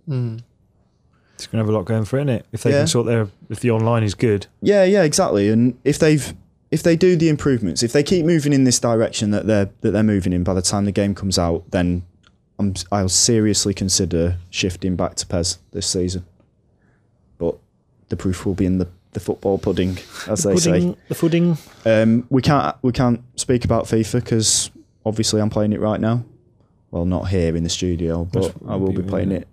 Hmm.
It's going to have a lot going for it, innit? If they
Yeah.
can sort their, if the online is good.
Yeah, yeah, exactly. And if they've if they do the improvements, if they keep moving in this direction that they're that they're moving in by the time the game comes out, then I'm, I'll seriously consider shifting back to Pez this season. But the proof will be in the, the football pudding, as they say.
the pudding.
Um, we can't we can't speak about FIFA because obviously I'm playing it right now. Well, not here in the studio, but I will be playing it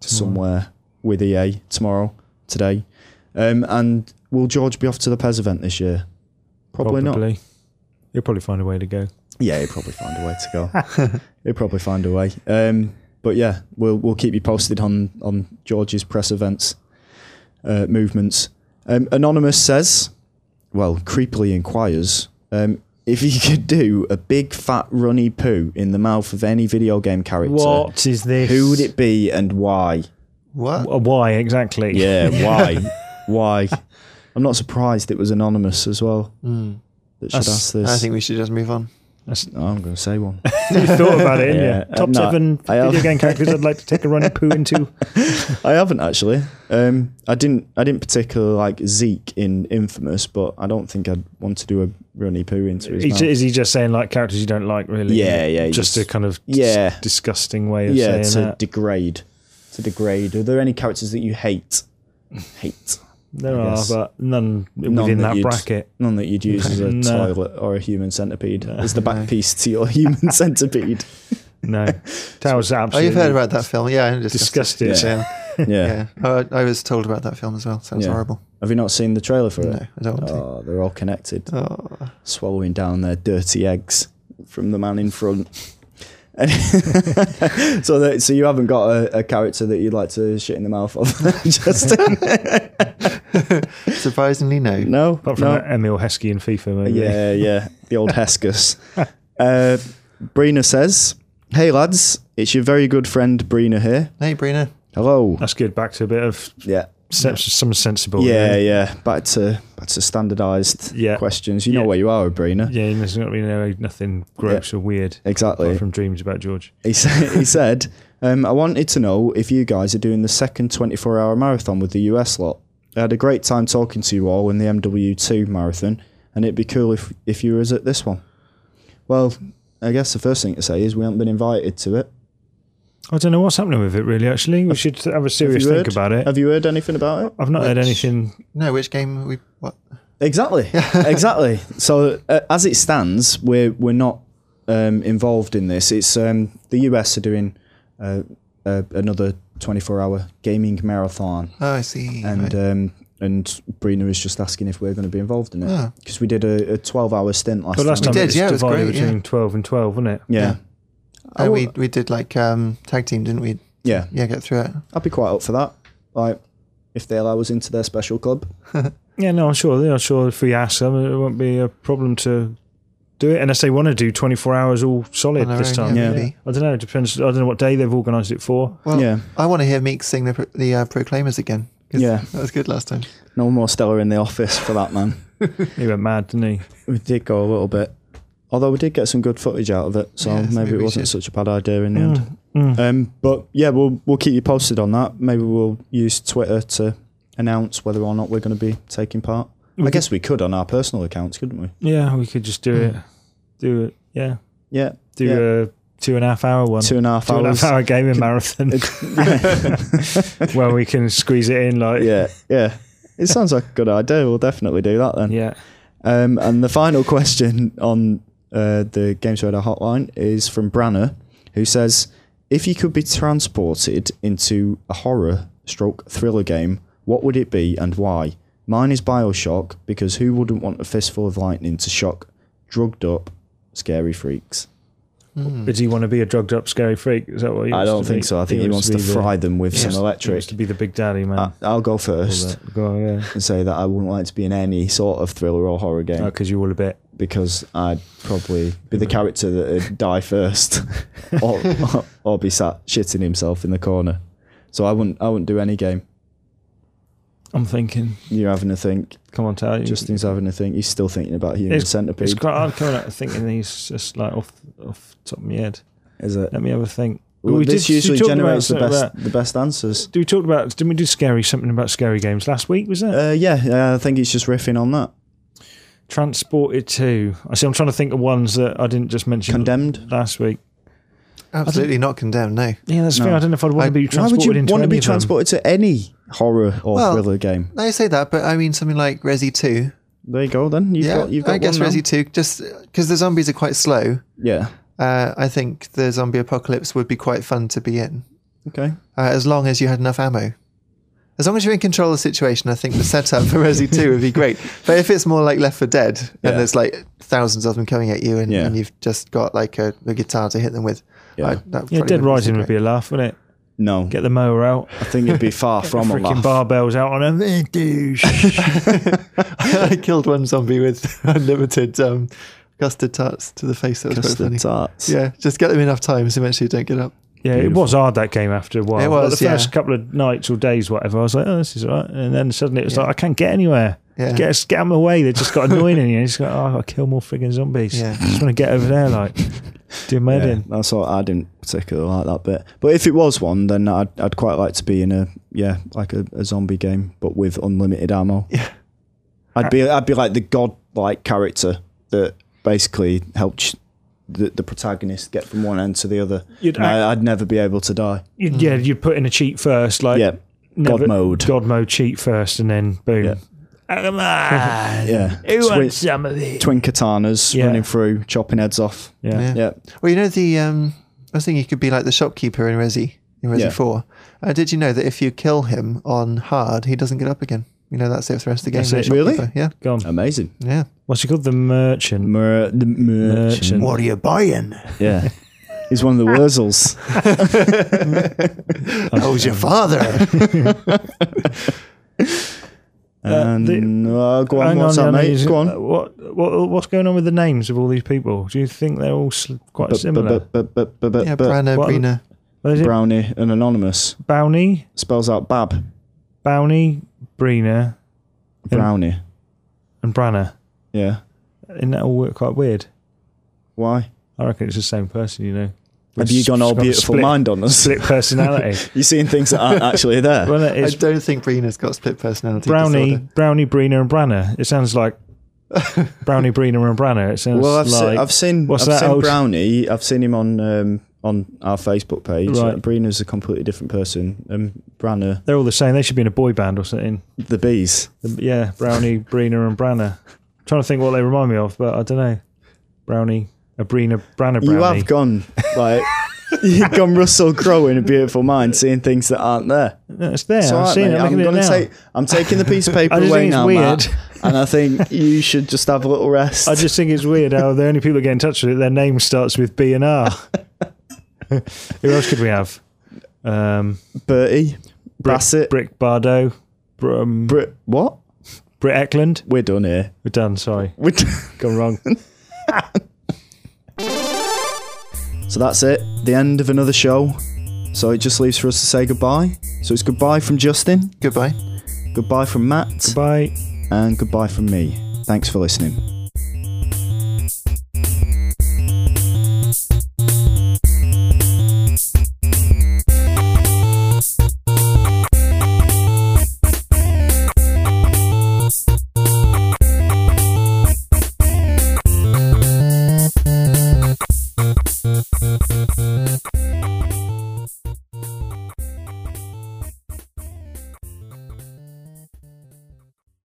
somewhere with EA tomorrow, today. Um, and will George be off to the Pez event this year? Probably, not.
You'll probably find a way to go.
Yeah, he'll probably find a way to go.
[laughs]
he'll probably find a way. Um, but yeah, we'll we'll keep you posted on on George's press events uh, movements. Um, Anonymous says, well, creepily inquires um, if you [laughs] could do a big fat runny poo in the mouth of any video game character.
What is this?
Who would it be and why?
What?
Uh, Why exactly?
Yeah, why? why? I'm not surprised it was anonymous as well that should
Hmm. That's-
ask this.
I think we should just move on.
[laughs] That's,
Oh, I'm going to say one.
you thought about
[laughs]
it,
Yeah.
yeah.
Uh,
Top
no,
seven
I
video
have-
game characters I'd like to take a
[laughs]
run and poo into.
I haven't actually. Um, I didn't. I didn't particularly like Zeke in Infamous, but I don't think I'd want to do a runny poo into his
Is,
mouth.
is he just saying like characters you don't like, really?
Yeah, yeah,
Just,
just-
a kind of
yeah.
yeah. disgusting way of
yeah, to
saying that.
degrade. To degrade. Are there any characters that you hate? Hate.
there
I
are,
guess.
but none,
None
within
that
that
you'd-
bracket.
None that you'd use as a
[laughs] No.
toilet or a human centipede as the back piece to your
[laughs]
human centipede.
No, that was
Oh,
absolutely.
you've heard about that film? Yeah, I'm disgusted.
disgusting.
Yeah.
Yeah,
Yeah.
yeah. Oh, I I was told about that film as well. Sounds
Yeah.
horrible.
Have you not seen the trailer for
No,
it?
I don't want to.
Oh, they're all connected.
Oh.
swallowing down their dirty eggs from the man in front. [laughs] And so, that, so you haven't got a, a character that you'd like to shit in the mouth of, [laughs] Justin?
[laughs]
Surprisingly, no.
No,
Apart from
no.
that Emil Heskey in FIFA movie.
Yeah, yeah, the
[laughs]
old Heskus. Uh, Brina says, "Hey lads, it's your very good friend Brina here.
Hey, Brina.
Hello.
That's good. Back to a bit of
Yeah,
sense, some sensible.
yeah,
really.
yeah. Back to back to standardised
Yeah.
questions. You know
Yeah.
where you are, with Brina.
yeah. and There's not really no, nothing gross or weird.
Exactly.
Apart from dreams about George.
He said, he [laughs] said um, I wanted to know if you guys are doing the second 24 hour marathon with the US lot. I had a great time talking to you all in the MW2 marathon, and it'd be cool if, if you was at this one. Well, I guess the first thing to say is we haven't been invited to it.
I don't know what's happening with it really. Actually, we should have a
Have
serious
you
think
heard-
about it.
Have you heard anything about it?
I've not heard
Which-
anything
No, which game we what?
Exactly, [laughs] exactly. So uh, as it stands, we're we're not um, involved in this. It's um, the US are doing uh, uh, another 24 hour gaming marathon.
Oh, I see.
and
Right.
um, and Brina was just asking if we are going to be involved in
Yeah.
it because we did a, a twelve hour stint last
But last
time.
time
did,
it was
yeah, it was
divided
great, yeah.
between 12 and 12, wasn't it?
Yeah, I
Uh, we
will-
we did like um, tag team, didn't we?
yeah,
Yeah, get through it.
I'd be quite up for that. Like if they allow us into their special club.
Yeah, no, I'm sure. I'm sure if we ask them, it won't be a problem to do it unless they want to do 24 hours all solid
On their
this
own,
time.
yeah, Yeah.
maybe.
I don't know. It depends. I don't know what day they've organised it for.
Well,
Yeah.
I want to hear Meek sing the pro- the uh, Proclaimers again. 'cause
Yeah.
that was good last time.
No more Stella in the office for that man.
He went mad, didn't he?
[laughs] we did go a little bit, although we did get some good footage out of it, so
Yes,
maybe, Mm.
maybe
it
we
wasn't
should.
such a bad idea in the end. Um, but yeah, we'll we'll keep you posted on that. Maybe we'll use Twitter to announce whether or not we're going to be taking part. I guess we could on our personal accounts, couldn't we?
Yeah, we could just do it. Do it. Yeah.
Yeah.
Do
Mm. yeah.
a two and a half hour one.
two and a half
Two and a
hours.
half hour gaming marathon [laughs] where we can squeeze it in
[laughs]
like
yeah, yeah. It sounds like a good idea. We'll definitely do that then.
yeah
Um, and the final [laughs] question on uh, the Games Radar hotline is from Branner, who says, "If you could be transported into a horror stroke thriller game, what would it be and why?" Mine is Bioshock because who wouldn't want a fistful of lightning to shock drugged up, scary freaks?
Hmm.
But do you want to be a drugged up scary freak is that what he
I
wants
don't
to
think
be?
so. I think he, wants to
be the-
fry them with
he wants-
some
he wants
electric.
to be the big daddy man
I- I'll go first.
But go on, yeah
and say that I wouldn't like to be in any sort of thriller or horror game
because you're all a bit
because I'd probably be the character that would die
[laughs]
first or, or, or be sat shitting himself in the corner. So I wouldn't I wouldn't do any game.
I'm thinking.
You're having a think.
Come on, tell you.
Justin's having a think. He's still thinking about human
it's,
centipede.
it's quite hard coming out of thinking these just like off off the top of my head.
is it?
Let me have a think.
Well,
we
this
did- we
usually
talked about
generates the
something
best
about-
the best answers.
Do we talk about? Didn't we do scary something about scary games last week? Was it
Uh, yeah, yeah, I think he's just riffing on that.
transported to? I see. I'm trying to think of ones that I didn't just mention
Condemned.
last week.
Absolutely not condemned. No,
Yeah, that's the
No.
thing. I don't know if I'd want
I-
to be
Why
transported
would you
into
want to
any
be
of them.
transported to any horror or
Well-
thriller game?
I say that, but I mean something like Resi Two.
There you go. Then you've
yeah,
got you've got
I guess
one now.
Resi Two, just because the zombies are quite slow.
Yeah.
Uh, I think the zombie apocalypse would be quite fun to be in,
Okay.
uh, as long as you had enough ammo. As long as you're in control of the situation, I think the setup for Resi 2 would
[laughs]
be great. But if it's more like Left for Dead and
Yeah.
there's like thousands of them coming at you and,
Yeah.
and you've just got like a, a guitar to hit them with,
Yeah.
I-
Yeah,
that probably
dead
wouldn't
rising would be
great.
a laugh, wouldn't it?
No.
Get the mower out,
I think it'd be far from a
freaking
laugh.
barbells out on eh, them.
[laughs]
[laughs] I killed one zombie with [laughs] unlimited um, custard tarts to the face. That was quite funny.
Custard tarts.
Yeah, just get them enough times eventually don't get up.
Yeah, it was hard that game after a while.
It
Like,
was,
the first
yeah.
couple of nights or days, whatever. I was like, oh, this is all right. And then suddenly it was
Yeah.
like, I can't get anywhere.
Yeah.
Get, us, get them away. They just got annoying in you. You just go, oh, I've got to kill more frigging zombies.
Yeah.
just want to get over there, like, do my
[laughs]
head
Yeah,
in.
that's all. I didn't particularly like that bit, but if it was one, then I'd, I'd quite like to be in a yeah, like a, a zombie game, but with unlimited ammo.
Yeah.
I'd be I'd be like the god-like character that basically helped the, the protagonist get from one end to the other.
You'd
And I, I'd never be able to die.
You'd, Yeah, you'd put in a cheat first, like,
Mm. Yeah, god mode.
God mode cheat first, and then boom.
Yeah.
Oh, come on.
Yeah,
[laughs] Who
Twi-
wants some of this?
twin katanas
Yeah.
running through, chopping heads off.
Yeah.
Yeah.
Yeah,
Well, you know the um, I was thinking you could be like the shopkeeper in Resi in Resi
Yeah.
Four. Uh, did you know that if you kill him on hard, he doesn't get up again? You know that's it for the rest of the game.
That's
the
it.
Really?
shopkeeper. Yeah,
Go on.
amazing.
yeah.
What's he called? The merchant.
Mer- the merchant.
Merchant. What
are you [laughs] buying?
Yeah, he's one of the Wurzels.
How's your father?
And
the-
uh, go on, what's that,
yeah, no,
mate?
you-
Go on.
uh, What, what what's going on with the names of all these people? Do you think they're all sl- quite
Bu- bu-
similar?
bu- bu- bu- bu-
[laughs] yeah,
bu-
Brana,
what-
Brina.
what is it?
Brownie and Anonymous
Bounty,
spells out Bab,
Bounty, Brina,
Brownie.
and Branna.
Yeah.
Isn't that all quite weird?
Why?
I reckon it's the same person, you know.
Have
We've
you
s-
gone all
got a
beautiful
split,
mind on us? [laughs]
Split personality.
You're seeing things that aren't actually there.
[laughs] well, no,
I
it's
don't think Brina's got split personality.
Brownie,
disorder.
Brownie, Brina, and Branna. It
[laughs]
sounds like Brownie, Brina, and Branna. It sounds
Well, I've,
like
se- I've seen
what's
I've
that
seen
old-
Brownie. I've seen him on um, on our Facebook page.
Right.
Uh, Brina's a completely different person. Um, Branna,
they're all the same. They should be in a boy band or something. Um,
the bees.
Yeah,
[laughs]
Brownie, Brina, and Branna. I'm trying to think what they remind me of, but I don't know. Brownie, a Brina, Branna, Brownie.
You have gone like [laughs] you've gone Russell Crowe in a beautiful mind, seeing things that aren't there.
No, it's there.
It's all
I've
right,
seen
mate.
it. I'm
I'm
looking at it
gonna
now.
take. I'm taking the
[laughs]
piece of paper
I just
away
think it's
now, Matt,
weird.
and I think
[laughs]
you should just have a little rest.
I just think it's weird how the only people that get in touch with it, their name starts with B
[laughs]
and R. Who else could we have? Um,
Bertie, Bassett,
Brick Bardo, Br- um,
Brit, what?
Britt Eklund.
We're done here.
We're done. Sorry,
We're d- [laughs]
gone wrong.
so that's it. The end of another show. So it just leaves for us to say goodbye. So it's goodbye from Justin,
Goodbye.
goodbye from Matt,
Bye.
and goodbye from me. Thanks for listening.